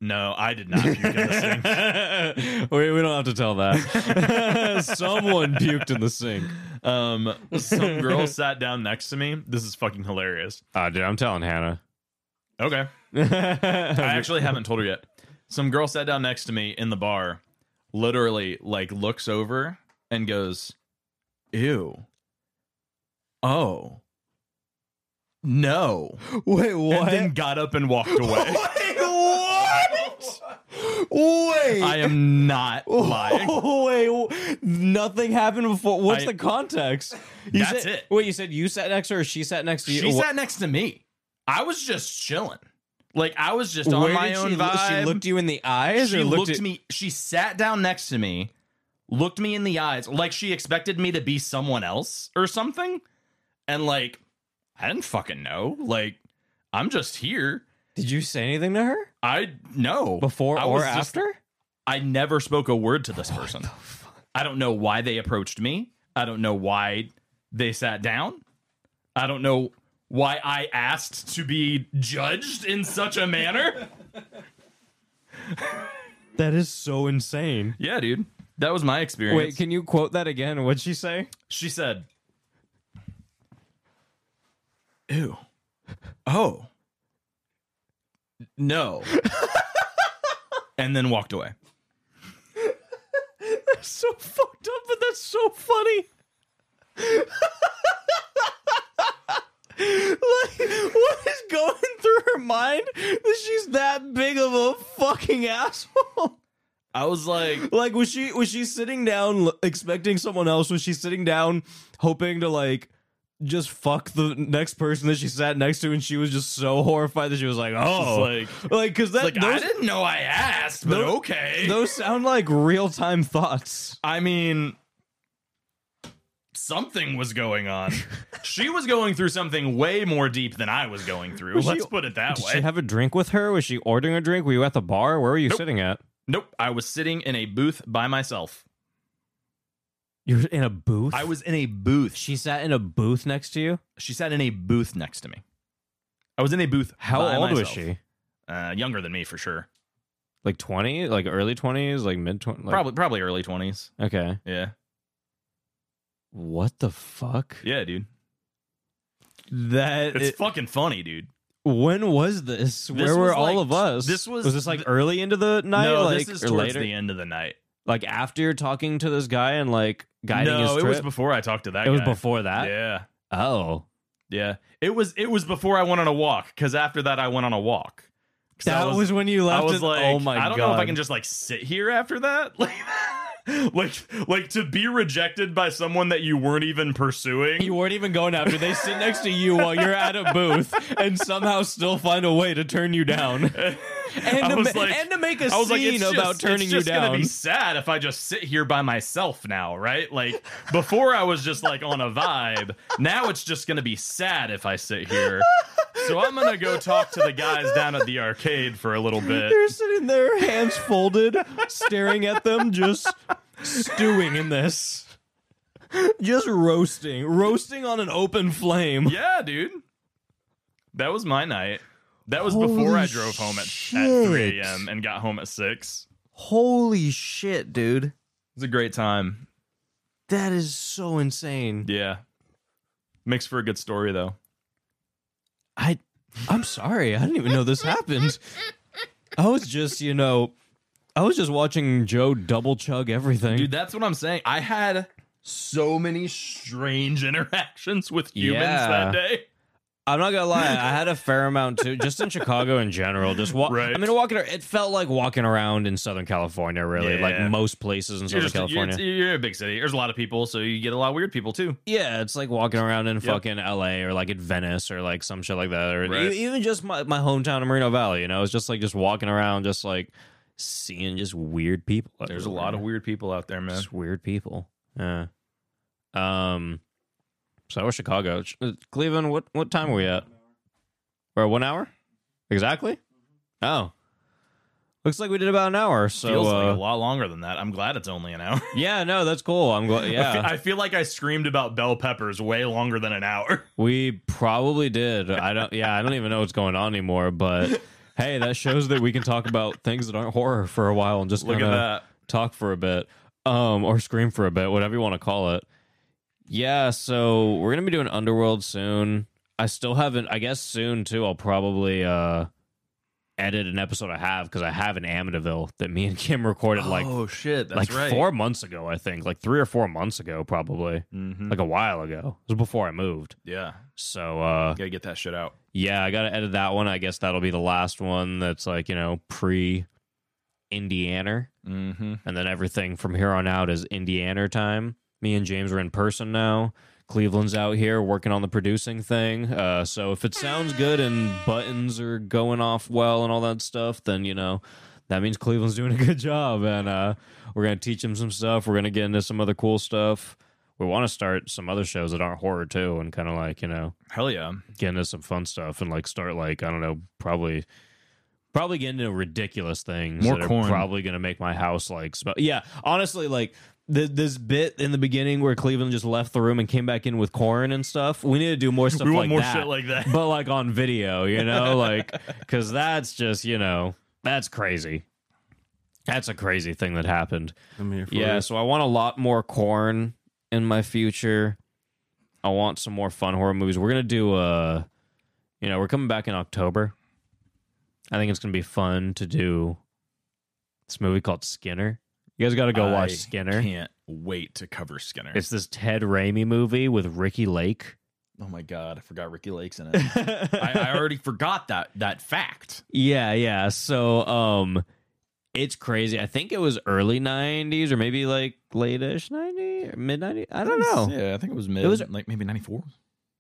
Speaker 4: no, I did not puke in the sink.
Speaker 3: we, we don't have to tell that. Someone puked in the sink.
Speaker 4: Um, some girl sat down next to me. This is fucking hilarious.
Speaker 3: Ah, dude, I'm telling Hannah.
Speaker 4: Okay. I actually haven't told her yet. Some girl sat down next to me in the bar, literally, like, looks over and goes, Ew. Oh. No.
Speaker 3: Wait,
Speaker 4: And then got up and walked away.
Speaker 3: what? Wait.
Speaker 4: I am not lying.
Speaker 3: Oh, wait, w- nothing happened before. What's
Speaker 4: I-
Speaker 3: the context? You
Speaker 4: That's
Speaker 3: said,
Speaker 4: it.
Speaker 3: Wait, you said you sat next to her, or she sat next to you.
Speaker 4: She
Speaker 3: Wh-
Speaker 4: sat next to me. I was just chilling. Like, I was just on
Speaker 3: where
Speaker 4: my
Speaker 3: did
Speaker 4: own
Speaker 3: she, lo-
Speaker 4: vibe.
Speaker 3: She looked you in the eyes,
Speaker 4: she
Speaker 3: or
Speaker 4: looked,
Speaker 3: looked at
Speaker 4: me she sat down next to me looked me in the eyes like she expected me to be someone else or something and like i didn't fucking know like i'm just here
Speaker 3: Did you say anything to her
Speaker 4: i know
Speaker 3: before
Speaker 4: I
Speaker 3: or
Speaker 4: was just-
Speaker 3: after?
Speaker 4: i never spoke a word to this person i don't know why they approached me i don't know why they sat down i don't know why i asked to be judged in such a manner
Speaker 3: That is so insane.
Speaker 4: yeah dude that was my experience
Speaker 3: Wait, can you quote that again? What'd she say?
Speaker 4: She said, Ew. Oh. No. and then walked away.
Speaker 3: So fucked up, but that's so funny. like, what is going through her mind that she's that big of a fucking asshole?
Speaker 4: I was like,
Speaker 3: Like was she was she sitting down l- expecting someone else? Was she sitting down hoping to like just fuck the next person that she sat next to, and she was just so horrified that she was like, "Oh,
Speaker 4: It's just like-
Speaker 3: like because that
Speaker 4: Like I
Speaker 3: those,
Speaker 4: didn't know I asked, but
Speaker 3: Those-
Speaker 4: okay.
Speaker 3: those sound like real time thoughts."
Speaker 4: I mean, something was going on. she was going through something way more deep than I was going through.
Speaker 3: Was she-
Speaker 4: Let's put it that
Speaker 3: Did
Speaker 4: way.
Speaker 3: she have a drink with her? Was she ordering a drink? Were you at the bar? Where were you sitting at?
Speaker 4: nope, I was sitting in a booth by myself.
Speaker 3: You were in a booth.
Speaker 4: I was in a booth. She,
Speaker 3: She sat in a booth next to you.
Speaker 4: she sat in a booth next to me. I was in a booth.
Speaker 3: How
Speaker 4: by
Speaker 3: old was
Speaker 4: myself.
Speaker 3: she?
Speaker 4: Uh, younger than me for sure.
Speaker 3: Like twenty? Like early twenties? Like mid twenties?
Speaker 4: probably probably early 20s.
Speaker 3: Okay.
Speaker 4: Yeah.
Speaker 3: What the fuck?
Speaker 4: Yeah, dude.
Speaker 3: That
Speaker 4: It's fucking funny, dude.
Speaker 3: when was this? Where were
Speaker 4: was,
Speaker 3: all
Speaker 4: like,
Speaker 3: of us?
Speaker 4: this was
Speaker 3: was this like
Speaker 4: th-
Speaker 3: early into the night?
Speaker 4: no,
Speaker 3: like,
Speaker 4: this is
Speaker 3: or
Speaker 4: towards
Speaker 3: later?
Speaker 4: the end of the night.
Speaker 3: Like after you're talking to this guy and like guiding
Speaker 4: no,
Speaker 3: his trip.
Speaker 4: it was before I talked to that
Speaker 3: It was
Speaker 4: guy.
Speaker 3: before that.
Speaker 4: Yeah.
Speaker 3: Oh,
Speaker 4: Yeah, it was it was before I went on a walk because after that I went on a walk. 'Cause I
Speaker 3: that was, when you left.
Speaker 4: I was
Speaker 3: and-
Speaker 4: like,
Speaker 3: oh my god!
Speaker 4: I don't know if I can just like sit here after that, like like like to be rejected by someone that you weren't even pursuing.
Speaker 3: You weren't even going after. They sit next to you while you're at a booth and somehow still find a way to turn you down. And,
Speaker 4: I
Speaker 3: to,
Speaker 4: was
Speaker 3: ma-
Speaker 4: like-
Speaker 3: and to make a
Speaker 4: I was like,
Speaker 3: scene
Speaker 4: it's just,
Speaker 3: about turning
Speaker 4: it's just
Speaker 3: you
Speaker 4: gonna
Speaker 3: down.
Speaker 4: be sad if I just sit here by myself now, right? Like before, I was just like on a vibe. Now it's just gonna be sad if I sit here. So I'm gonna go talk to the guys down at the arcade for a little bit.
Speaker 3: They're sitting there, hands folded, staring at them, just stewing in this. Just roasting, roasting on an open flame.
Speaker 4: Yeah, dude. That was my night. That was before I drove home at, at 3 a.m. and got home at 6.
Speaker 3: Holy shit, dude.
Speaker 4: It was a great time.
Speaker 3: That is so insane.
Speaker 4: Yeah. Makes for a good story, though.
Speaker 3: I I'm sorry. I didn't even know this happened. I was just, you know, I was just watching Joe double chug everything.
Speaker 4: Dude, that's what I'm saying. I had so many strange interactions with humans
Speaker 3: Yeah.
Speaker 4: that day.
Speaker 3: I'm not gonna lie, I had a fair amount too, just in Chicago in general. Just walk.
Speaker 4: Right.
Speaker 3: I mean, walking. ar- It felt like walking around in Southern California, really,
Speaker 4: Yeah.
Speaker 3: like most places in
Speaker 4: You're,
Speaker 3: Southern
Speaker 4: just, you're,
Speaker 3: California.
Speaker 4: it's- you're a big city. There's a lot of people, so you get a lot of weird people, too.
Speaker 3: yeah, it's like walking around in fucking L.A. or like in Venice or like some shit like that, or
Speaker 4: Right.
Speaker 3: e- even just my, my hometown of Merino Valley. You know, it's just like just walking around, just like seeing just weird people.
Speaker 4: There's a lot of
Speaker 3: everywhere.
Speaker 4: weird people out there, man.
Speaker 3: Just weird people. Yeah. Um. So that was Chicago. Ch- uh, Cleveland. What what time are we at? Or one hour? Exactly. Oh. Looks like we did about an hour. So
Speaker 4: Feels like
Speaker 3: uh,
Speaker 4: a lot longer than that. I'm glad it's only an hour.
Speaker 3: yeah, no, that's cool. I'm glad.
Speaker 4: I fe-
Speaker 3: Yeah,
Speaker 4: I feel like I screamed about bell peppers way longer than an hour.
Speaker 3: we probably did. I don't. Yeah, I don't even know what's going on anymore. But hey, that shows that we can talk about things that aren't horror for a while and just
Speaker 4: Look
Speaker 3: kinda-
Speaker 4: at that.
Speaker 3: talk for a bit um or scream for a bit whatever you want to call it yeah so we're gonna be doing underworld soon i still haven't i guess soon too i'll probably uh edit an episode i have because i have an amityville that me and kim recorded like
Speaker 4: oh shit, that's
Speaker 3: like
Speaker 4: right.
Speaker 3: four months ago i think like three or four months ago probably
Speaker 4: Mhm.
Speaker 3: like a while ago it was before i moved
Speaker 4: Yeah,
Speaker 3: so uh
Speaker 4: gotta get that shit out.
Speaker 3: yeah, I gotta edit that one. I guess that'll be the last one that's like, you know, pre Indiana.
Speaker 4: Mm-hmm.
Speaker 3: And then everything from here on out is Indiana time. Me and James are in person now. Cleveland's out here working on the producing thing. Uh, so if it sounds good and buttons are going off well and all that stuff, then, you know, that means Cleveland's doing a good job. And uh, we're going to teach him some stuff. We're going to get into some other cool stuff. We want to start some other shows that aren't horror, too, and kind of like, you know,
Speaker 4: Hell yeah.
Speaker 3: get into some fun stuff and like start like I don't know, probably probably get into ridiculous things.
Speaker 4: More
Speaker 3: that are
Speaker 4: corn.
Speaker 3: probably gonna make my house like smell. Yeah, honestly, like the, this bit in the beginning where Cleveland just left the room and came back in with corn and stuff. We need to do more stuff.
Speaker 4: want
Speaker 3: like
Speaker 4: more
Speaker 3: that,
Speaker 4: shit like that.
Speaker 3: but like on video, you know, like because that's just you know that's crazy. That's a crazy thing that happened.
Speaker 5: I'm here for
Speaker 3: Yeah,
Speaker 5: it.
Speaker 3: so I want a lot more corn in my future. I want some more fun horror movies. We're gonna do uh you know, we're coming back in October. I think it's gonna be fun to do this movie called Skinner. You guys gotta go watch
Speaker 4: I
Speaker 3: Skinner.
Speaker 4: Can't wait to cover Skinner.
Speaker 3: It's this Ted Raimi movie with Ricky Lake.
Speaker 4: oh my god, I forgot Ricky Lake's in it. I, I already forgot that that fact.
Speaker 3: Yeah, yeah. So, um, it's crazy. I think it was early '90s or maybe like late-ish '90s, mid '90s. I don't know.
Speaker 4: Yeah, I think it was mid,
Speaker 3: It was-
Speaker 4: like maybe ninety four.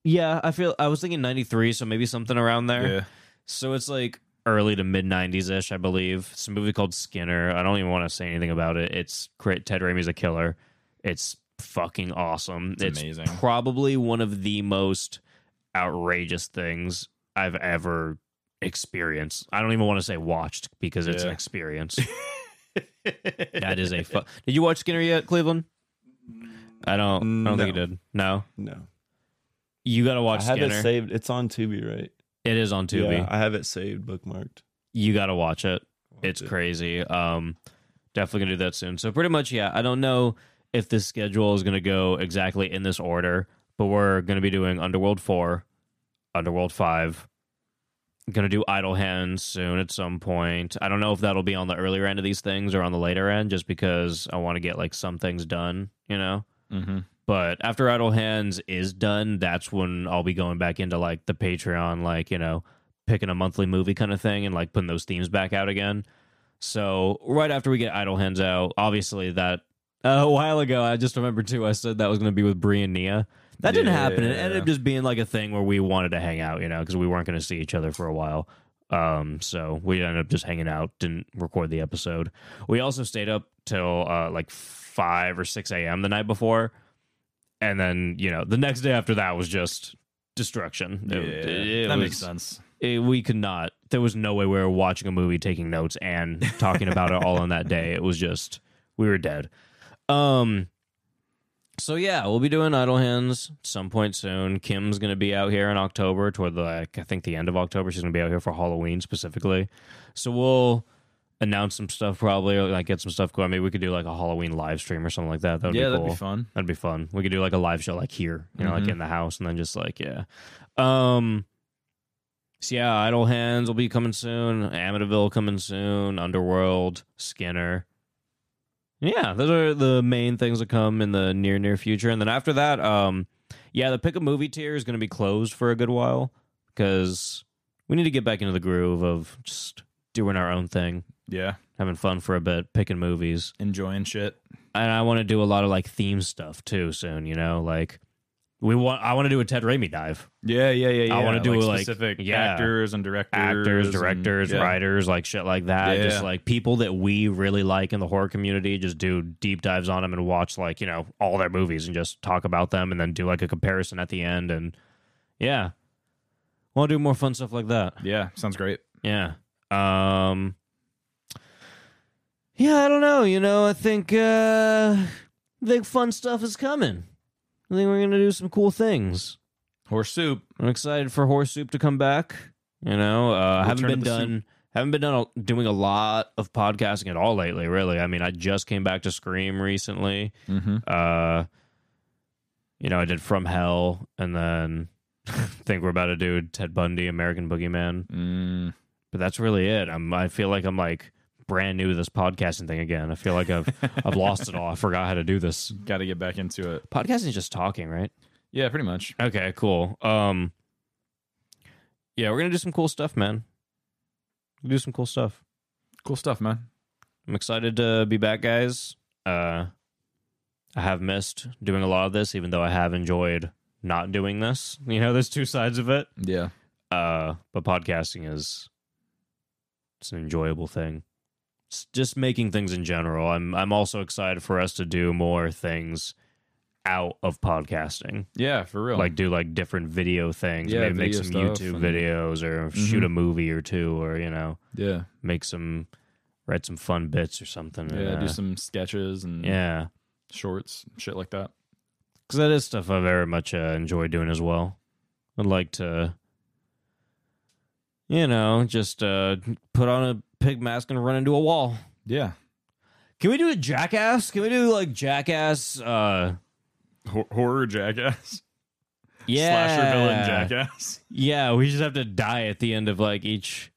Speaker 3: Yeah, I feel I was thinking 93, so maybe something around there.
Speaker 7: Yeah.
Speaker 3: So it's like early to mid 90s ish, I believe. It's a movie called Skinner. I don't even want to say anything about it. It's great. Ted Raimi's a killer. It's fucking awesome. It's,
Speaker 7: amazing.
Speaker 3: probably one of the most outrageous things I've ever experienced. I don't even want to say watched because it's an
Speaker 7: Yeah.
Speaker 3: experience. that is a fu- Did you watch Skinner yet, Cleveland? I don't. I don't think you
Speaker 5: No.
Speaker 3: did. No,
Speaker 5: No,
Speaker 3: you got to watch
Speaker 5: I have
Speaker 3: Skinner.
Speaker 5: it saved. It's on Tubi, right?
Speaker 3: it is on Tubi.
Speaker 5: Yeah, I have it saved, bookmarked.
Speaker 3: you gotta watch it it's
Speaker 5: it.
Speaker 3: crazy um definitely gonna do that soon so pretty much yeah i don't know if this schedule is gonna go exactly in this order but we're gonna be doing underworld 4 underworld 5 gonna do idle hands soon at some point i don't know if that'll be on the earlier end of these things or on the later end just because i want to get like some things done you know
Speaker 7: Mm-hmm.
Speaker 3: but after idle hands is done that's when i'll be going back into like the patreon like you know picking a monthly movie kind of thing and like putting those themes back out again so right after we get idle hands out obviously that uh, a while ago i just remember too i said that was going to be with brie and nia that didn't happen it ended up just being like a thing where we wanted to hang out you know because we weren't going to see each other for a while um so we ended up just hanging out didn't record the episode we also stayed up till uh like 5 or 6 a.m the night before and then you know the next day after that was just destruction. It- it
Speaker 7: that
Speaker 3: was-
Speaker 7: makes sense.
Speaker 3: it- Eh, we could not. There was no way we were watching a movie, taking notes, and talking about it all on that day. It was just we were dead. Um. So yeah, we'll be doing Idle Hands some point soon. Kim's gonna be out here in October, toward the, like I think the end of October. She's gonna be out here for Halloween specifically. So we'll announce some stuff probably, or like get some stuff going. Maybe we could do like a Halloween live stream or something like that. That would
Speaker 7: yeah,
Speaker 3: be cool.
Speaker 7: that'd be fun.
Speaker 3: That'd be fun. We could do like a live show like here, you know, like in the house and then just like, yeah. Um so yeah, Idle Hands will be coming soon, Amityville coming soon, Underworld, Skinner. Yeah, those are the main things that come in the near near future. And then after that, um yeah, the pick a movie tier is gonna be closed for a good while because we need to get back into the groove of just doing our own thing,
Speaker 7: Yeah,
Speaker 3: having fun for a bit, picking movies
Speaker 7: enjoying shit.
Speaker 3: and I want to do a lot of like theme stuff too soon. You know, like we want. I want to do a Ted Raimi dive.
Speaker 7: Yeah, yeah, yeah. yeah.
Speaker 3: I wanna do, like,
Speaker 7: specific
Speaker 3: yeah.
Speaker 7: actors and directors,
Speaker 3: Actors,
Speaker 7: and-
Speaker 3: directors,
Speaker 7: yeah.
Speaker 3: writers, like shit like that.
Speaker 7: Yeah.
Speaker 3: Just like people that we really like in the horror community. Just do deep dives on them and watch like you know all their movies and just talk about them and then do like a comparison at the end. And yeah, want to do more fun stuff like that.
Speaker 7: Yeah, sounds great.
Speaker 3: Yeah. Um Yeah, I don't know. You know, I think uh I think fun stuff is coming. I think we're gonna do some cool things.
Speaker 7: Horse soup.
Speaker 3: I'm excited for Horse Soup to come back. You know, uh, haven't
Speaker 7: Return
Speaker 3: been
Speaker 7: of the
Speaker 3: done. Haven't been done a- doing a lot of podcasting at all lately. Really, I mean, I just came back to Scream recently.
Speaker 7: Mm-hmm.
Speaker 3: Uh, you know, I did From Hell, and then I think we're about to do Ted Bundy, American Boogeyman
Speaker 7: Mm.
Speaker 3: but that's really it. I'm I feel like I'm like brand new to this podcasting thing again. I feel like I've I've lost it all. I forgot how to do this.
Speaker 7: Got to get back into it.
Speaker 3: Podcasting is just talking, right?
Speaker 7: Yeah, pretty much.
Speaker 3: Okay, cool. Um Yeah, we're going to do some cool stuff, man. We'll do some cool stuff.
Speaker 7: Cool stuff, man.
Speaker 3: I'm excited to be back, guys. Uh I have missed doing a lot of this even though I have enjoyed not doing this. You know, there's two sides of it.
Speaker 7: Yeah,
Speaker 3: Uh, but podcasting is it's an enjoyable thing. It's just making things in general. I'm I'm also excited for us to do more things out of podcasting.
Speaker 7: yeah, for real.
Speaker 3: Like do like different video things,
Speaker 7: Yeah,
Speaker 3: maybe make
Speaker 7: video
Speaker 3: some
Speaker 7: stuff
Speaker 3: YouTube
Speaker 7: and- Mm-hmm.
Speaker 3: videos or shoot a movie or two or you know,
Speaker 7: yeah,
Speaker 3: make some write some fun bits or something.
Speaker 7: yeah.
Speaker 3: and,
Speaker 7: do
Speaker 3: uh,
Speaker 7: some sketches and
Speaker 3: Yeah.
Speaker 7: shorts, shit like that.
Speaker 3: Cuz that is stuff I very much uh, enjoy doing as well. I'd like to you know, just uh put on a pig mask and run into a wall.
Speaker 7: Yeah,
Speaker 3: Can we do a jackass? Can we do like jackass? Uh,
Speaker 7: Hor- horror jackass,
Speaker 3: yeah,
Speaker 7: slasher villain jackass.
Speaker 3: Yeah, we just have to die at the end of like each.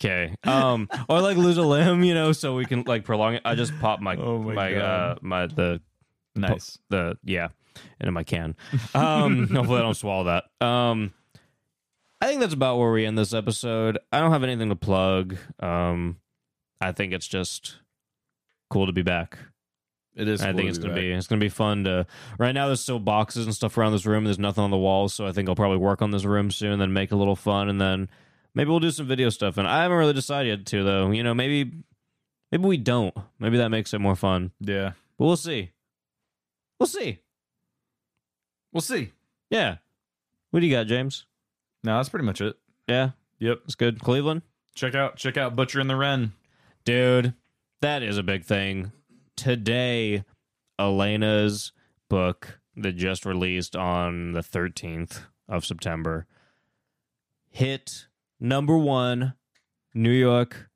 Speaker 3: Okay, um, or like lose a limb, you know, so we can like prolong it. I just pop my
Speaker 7: Oh
Speaker 3: my, uh my the
Speaker 7: Nice.
Speaker 3: the yeah into my can. Um, hopefully I don't swallow that. Um, I think that's about where we end this episode. I don't have anything to plug. Um, I think it's just cool to be back.
Speaker 7: It is.
Speaker 3: I
Speaker 7: cool
Speaker 3: think it's gonna
Speaker 7: back.
Speaker 3: be it's gonna be fun to. Right now, there's still boxes and stuff around this room. There's nothing on the walls, so I think I'll probably work on this room soon, then make a little fun, and then maybe we'll do some video stuff. And I haven't really decided to though. You know, maybe maybe we don't. Maybe that makes it more fun.
Speaker 7: Yeah.
Speaker 3: But we'll see. We'll see.
Speaker 7: We'll see.
Speaker 3: Yeah. What do you got, James?
Speaker 7: No, that's pretty much it.
Speaker 3: Yeah,
Speaker 7: Yep.
Speaker 3: it's good. Cleveland,
Speaker 7: Check out check out Butcher and the Wren.
Speaker 3: dude, that is a big thing today. Elena's book that just released on the 13th of September hit number one New York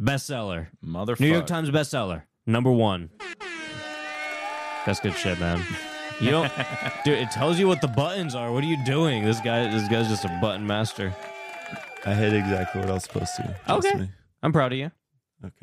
Speaker 3: bestseller.
Speaker 7: Motherfucker.
Speaker 3: New York Times bestseller, number one. That's good shit, man. You don't, dude. It tells you what the buttons are. What are you doing? This guy, this guy's just a button master.
Speaker 5: I hit exactly what I was supposed to. Trust
Speaker 3: Okay.
Speaker 5: me.
Speaker 3: I'm proud of you.
Speaker 5: Okay.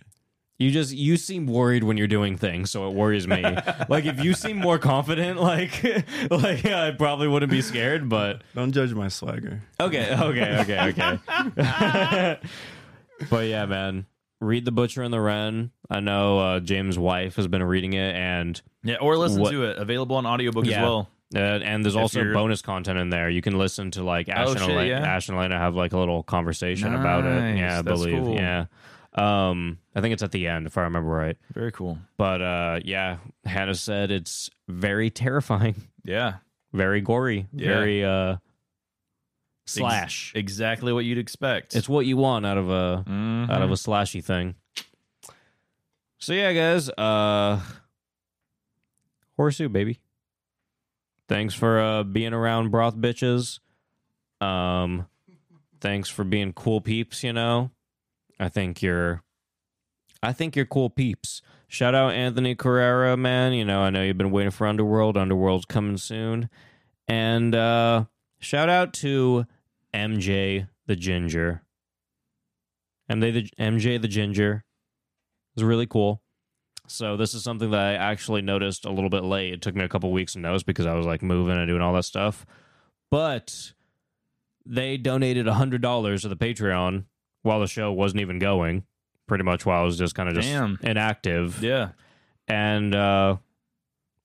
Speaker 3: You just you seem worried when you're doing things, so it worries me. like if you seem more confident, like like yeah, I probably wouldn't be scared, but
Speaker 5: Don't judge my swagger.
Speaker 3: okay, okay, okay, okay. but yeah, man, read The Butcher and the Wren. I know uh, James' wife has been reading it, and
Speaker 7: Yeah, or listen
Speaker 3: What-
Speaker 7: to it. Available on audiobook
Speaker 3: Yeah.
Speaker 7: as well.
Speaker 3: uh, and there's also
Speaker 7: you're-
Speaker 3: bonus content in there. You can listen to like Ash
Speaker 7: Oh,
Speaker 3: and
Speaker 7: shit,
Speaker 3: Elena,
Speaker 7: yeah.
Speaker 3: Ash and Elena have like a little conversation about it.
Speaker 7: Nice,
Speaker 3: Yeah, I
Speaker 7: that's
Speaker 3: believe.
Speaker 7: cool.
Speaker 3: Yeah, um, I think it's at the end if I remember right.
Speaker 7: Very cool.
Speaker 3: But uh, yeah, Hannah said it's very terrifying,
Speaker 7: Yeah.
Speaker 3: very gory,
Speaker 7: Yeah.
Speaker 3: very uh, slash.
Speaker 7: Exactly what you'd expect.
Speaker 3: it's what you want out of a
Speaker 4: Mm-hmm.
Speaker 7: Mhm.
Speaker 3: out of a slashy thing. So yeah, guys, uh, horseshoe baby. Thanks for uh, being around broth bitches. Um, thanks for being cool peeps. You know, I think you're, I think you're cool peeps. Shout out Anthony Carrera, man. You know, I know you've been waiting for Underworld. Underworld's coming soon. And uh, shout out to MJ the Ginger. MJ the MJ the Ginger is really cool. So this is something that I actually noticed a little bit late. It took me a couple weeks to notice because I was like moving and doing all that stuff. But they donated hundred dollars to the Patreon while the show wasn't even going. Pretty much while I was just kind of just
Speaker 7: Damn.
Speaker 3: inactive.
Speaker 7: yeah.
Speaker 3: And uh,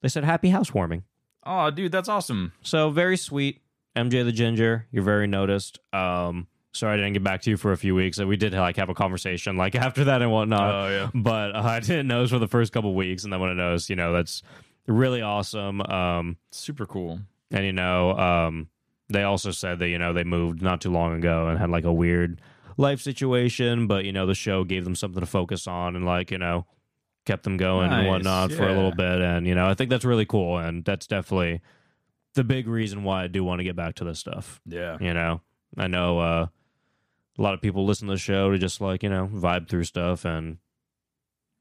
Speaker 3: they said happy housewarming.
Speaker 7: Oh, dude, that's awesome.
Speaker 3: So very sweet, MJ the Ginger. You're very noticed. Um, sorry I didn't get back to you for a few weeks. We did like have a conversation like after that and whatnot.
Speaker 7: Oh, yeah.
Speaker 3: But uh, I didn't notice for the first couple weeks, and then when I noticed, you know, that's really awesome. Um,
Speaker 7: Super cool.
Speaker 3: and you know, um, they also said that you know they moved not too long ago and had like a weird life situation, but you know the show gave them something to focus on and like you know kept them going and
Speaker 7: Nice,
Speaker 3: whatnot for a
Speaker 7: yeah.
Speaker 3: little bit. And you know, I think that's really cool, and that's definitely the big reason why I do want to get back to this stuff.
Speaker 7: Yeah.
Speaker 3: You know, I know uh, a lot of people listen to the show to just like, you know, vibe through stuff. And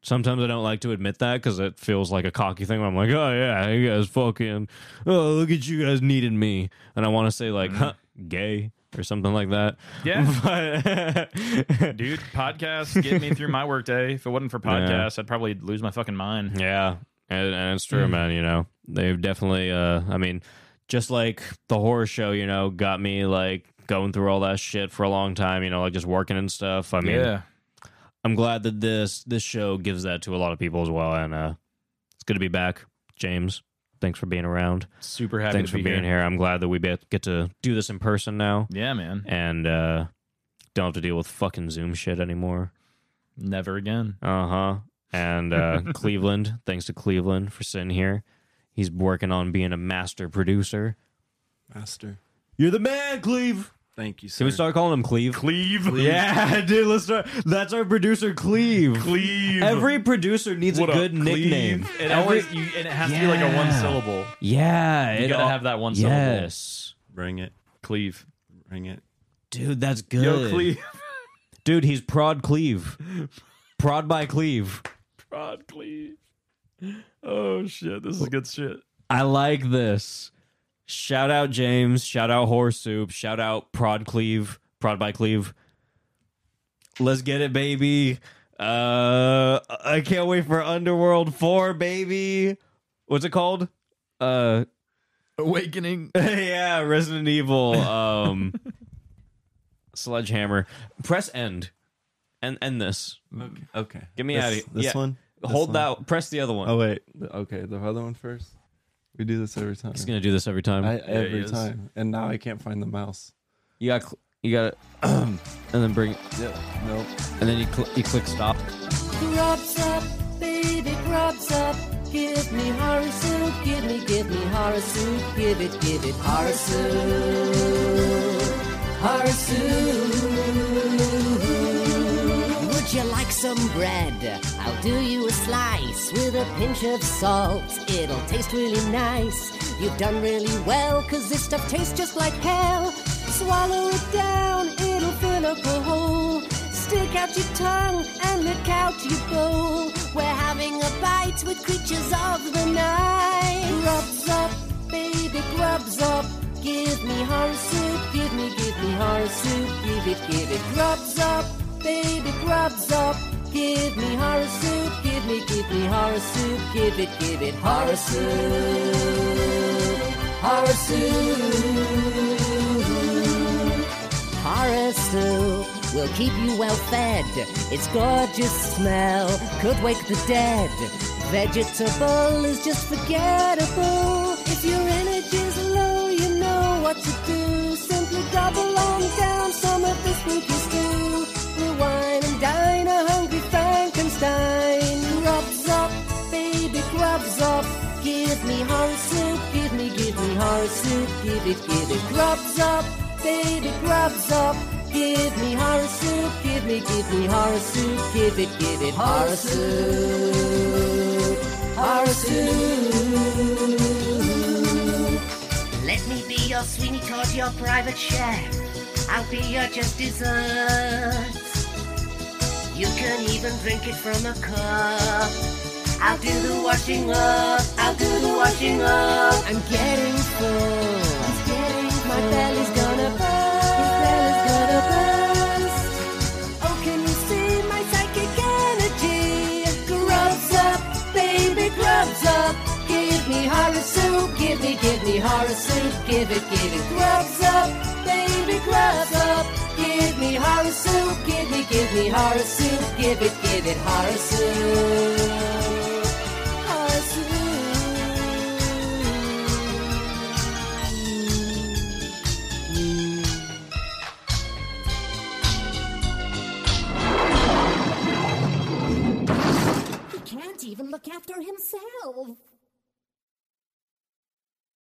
Speaker 3: sometimes I don't like to admit that because it feels like a cocky thing. Where I'm like, oh, yeah, you guys fucking, oh, look at you guys needed me. And I want to say,
Speaker 7: Mm-hmm.
Speaker 3: like, huh, gay or something like that.
Speaker 7: Yeah.
Speaker 3: But-
Speaker 7: Dude, podcasts get me through my workday. If it wasn't for podcasts, I'd probably lose my fucking mind.
Speaker 3: Yeah, and, and it's
Speaker 7: Mm.
Speaker 3: true, man. You know, they've definitely. Uh, I mean, just like the horror show, you know, got me like going through all that shit for a long time. You know, like just working and stuff. I mean, I'm glad that this this show gives that to a lot of people as well, and uh, it's good to be back, James. Thanks for being around.
Speaker 7: Super happy
Speaker 3: Thanks
Speaker 7: to
Speaker 3: for
Speaker 7: be
Speaker 3: being
Speaker 7: here.
Speaker 3: here. I'm glad that we be- get to do this in person now,
Speaker 7: Yeah, man.
Speaker 3: and uh, don't have to deal with fucking Zoom shit anymore.
Speaker 7: Never again.
Speaker 3: Uh huh. And uh, Cleveland, thanks to Cleveland for sitting here. He's working on being a master producer.
Speaker 5: Master.
Speaker 3: You're the man, Cleve.
Speaker 5: Thank you, sir.
Speaker 3: Can we start calling him Cleve?
Speaker 7: Cleve.
Speaker 3: Yeah, dude. Let's start. That's our producer, Cleve.
Speaker 7: Cleve.
Speaker 3: Every producer needs a good nickname.
Speaker 7: It
Speaker 3: Every-
Speaker 7: always you, and it has to be like a one
Speaker 3: Yeah.
Speaker 7: syllable.
Speaker 3: yeah,
Speaker 7: You
Speaker 3: it
Speaker 7: gotta
Speaker 3: al-
Speaker 7: have that one syllable.
Speaker 3: Yes,
Speaker 5: Bring it.
Speaker 7: Cleve.
Speaker 5: Bring it.
Speaker 3: dude. That's good.
Speaker 7: Yo, Cleve.
Speaker 3: Dude, he's prod Cleve. prod by Cleve.
Speaker 7: Rod, Cleve. Oh shit, this is good shit.
Speaker 3: I like this. Shout out James. Shout out Horse Soup. Shout out Prod Cleave. Prod by Cleave. Let's get it, baby. Uh, I can't wait for Underworld Four, baby. What's it called? Uh,
Speaker 7: Awakening.
Speaker 3: yeah, Resident Evil. Um, Sledgehammer. Press end. End end this.
Speaker 5: Okay.
Speaker 3: Get me
Speaker 5: This,
Speaker 3: out of here.
Speaker 5: this
Speaker 3: Yeah.
Speaker 5: one?
Speaker 3: Hold
Speaker 5: one?
Speaker 3: that. Press the other one.
Speaker 5: Oh wait. The- Okay, the other one first. We do this every time.
Speaker 3: He's gonna do this every time.
Speaker 5: I,
Speaker 7: he
Speaker 5: every
Speaker 7: is.
Speaker 5: time, and now I can't find the mouse.
Speaker 3: you got. Cl- you got it. and then bring.
Speaker 5: Yeah. Nope.
Speaker 3: And then you cl- you click stop.
Speaker 1: Grubs up, baby, grubs up. Give me horror soup, give me, give me horror soup, give it, give it horror soup, horror soup. Would you like some bread? I'll do you a slice with a pinch of salt. It'll taste really nice. You've done really well, cause this stuff tastes just like hell. Swallow it down, it'll fill up a hole. Stick out your tongue and look out your bowl. We're having a bite with creatures of the night. Grubs up, baby, grubs up. Give me horror soup, give me, give me horror soup, give it, give it. Grubs up, baby, grubs up. Give me horror soup, give me, give me horror soup, give it, give it horror soup, horror soup. Horror soup will keep you well fed. Its gorgeous smell could wake the dead. Vegetable is just forgettable. If your energy's low, you know what to do. Simply double on down some of this spooky stew. Rewind and dine a hungry Frankenstein. Rubs up, baby, grubs up. Give me horror soup, give me, give me horror soup, give it, give it. Grubs up, baby, grubs up. Give me horror soup, give me, give me horror soup, give it, give it horror soup, horror soup. Let me be your Sweeney Todd, your private chef. I'll be your just dessert. You can even drink it from a cup. I'll do the washing up. I'll do the washing up. I'm getting full. It's getting My belly's gonna burst. His belly's gonna burst. Oh, can you see my psychic energy? Grubs up, baby, grubs up. Give me horror soup, give me, give me horror soup, give it, give it. Grubs up, baby, grubs up. Give me horror soup, give me, give me horror soup, give it, give it horror soup. Horror soup. He can't even look after himself.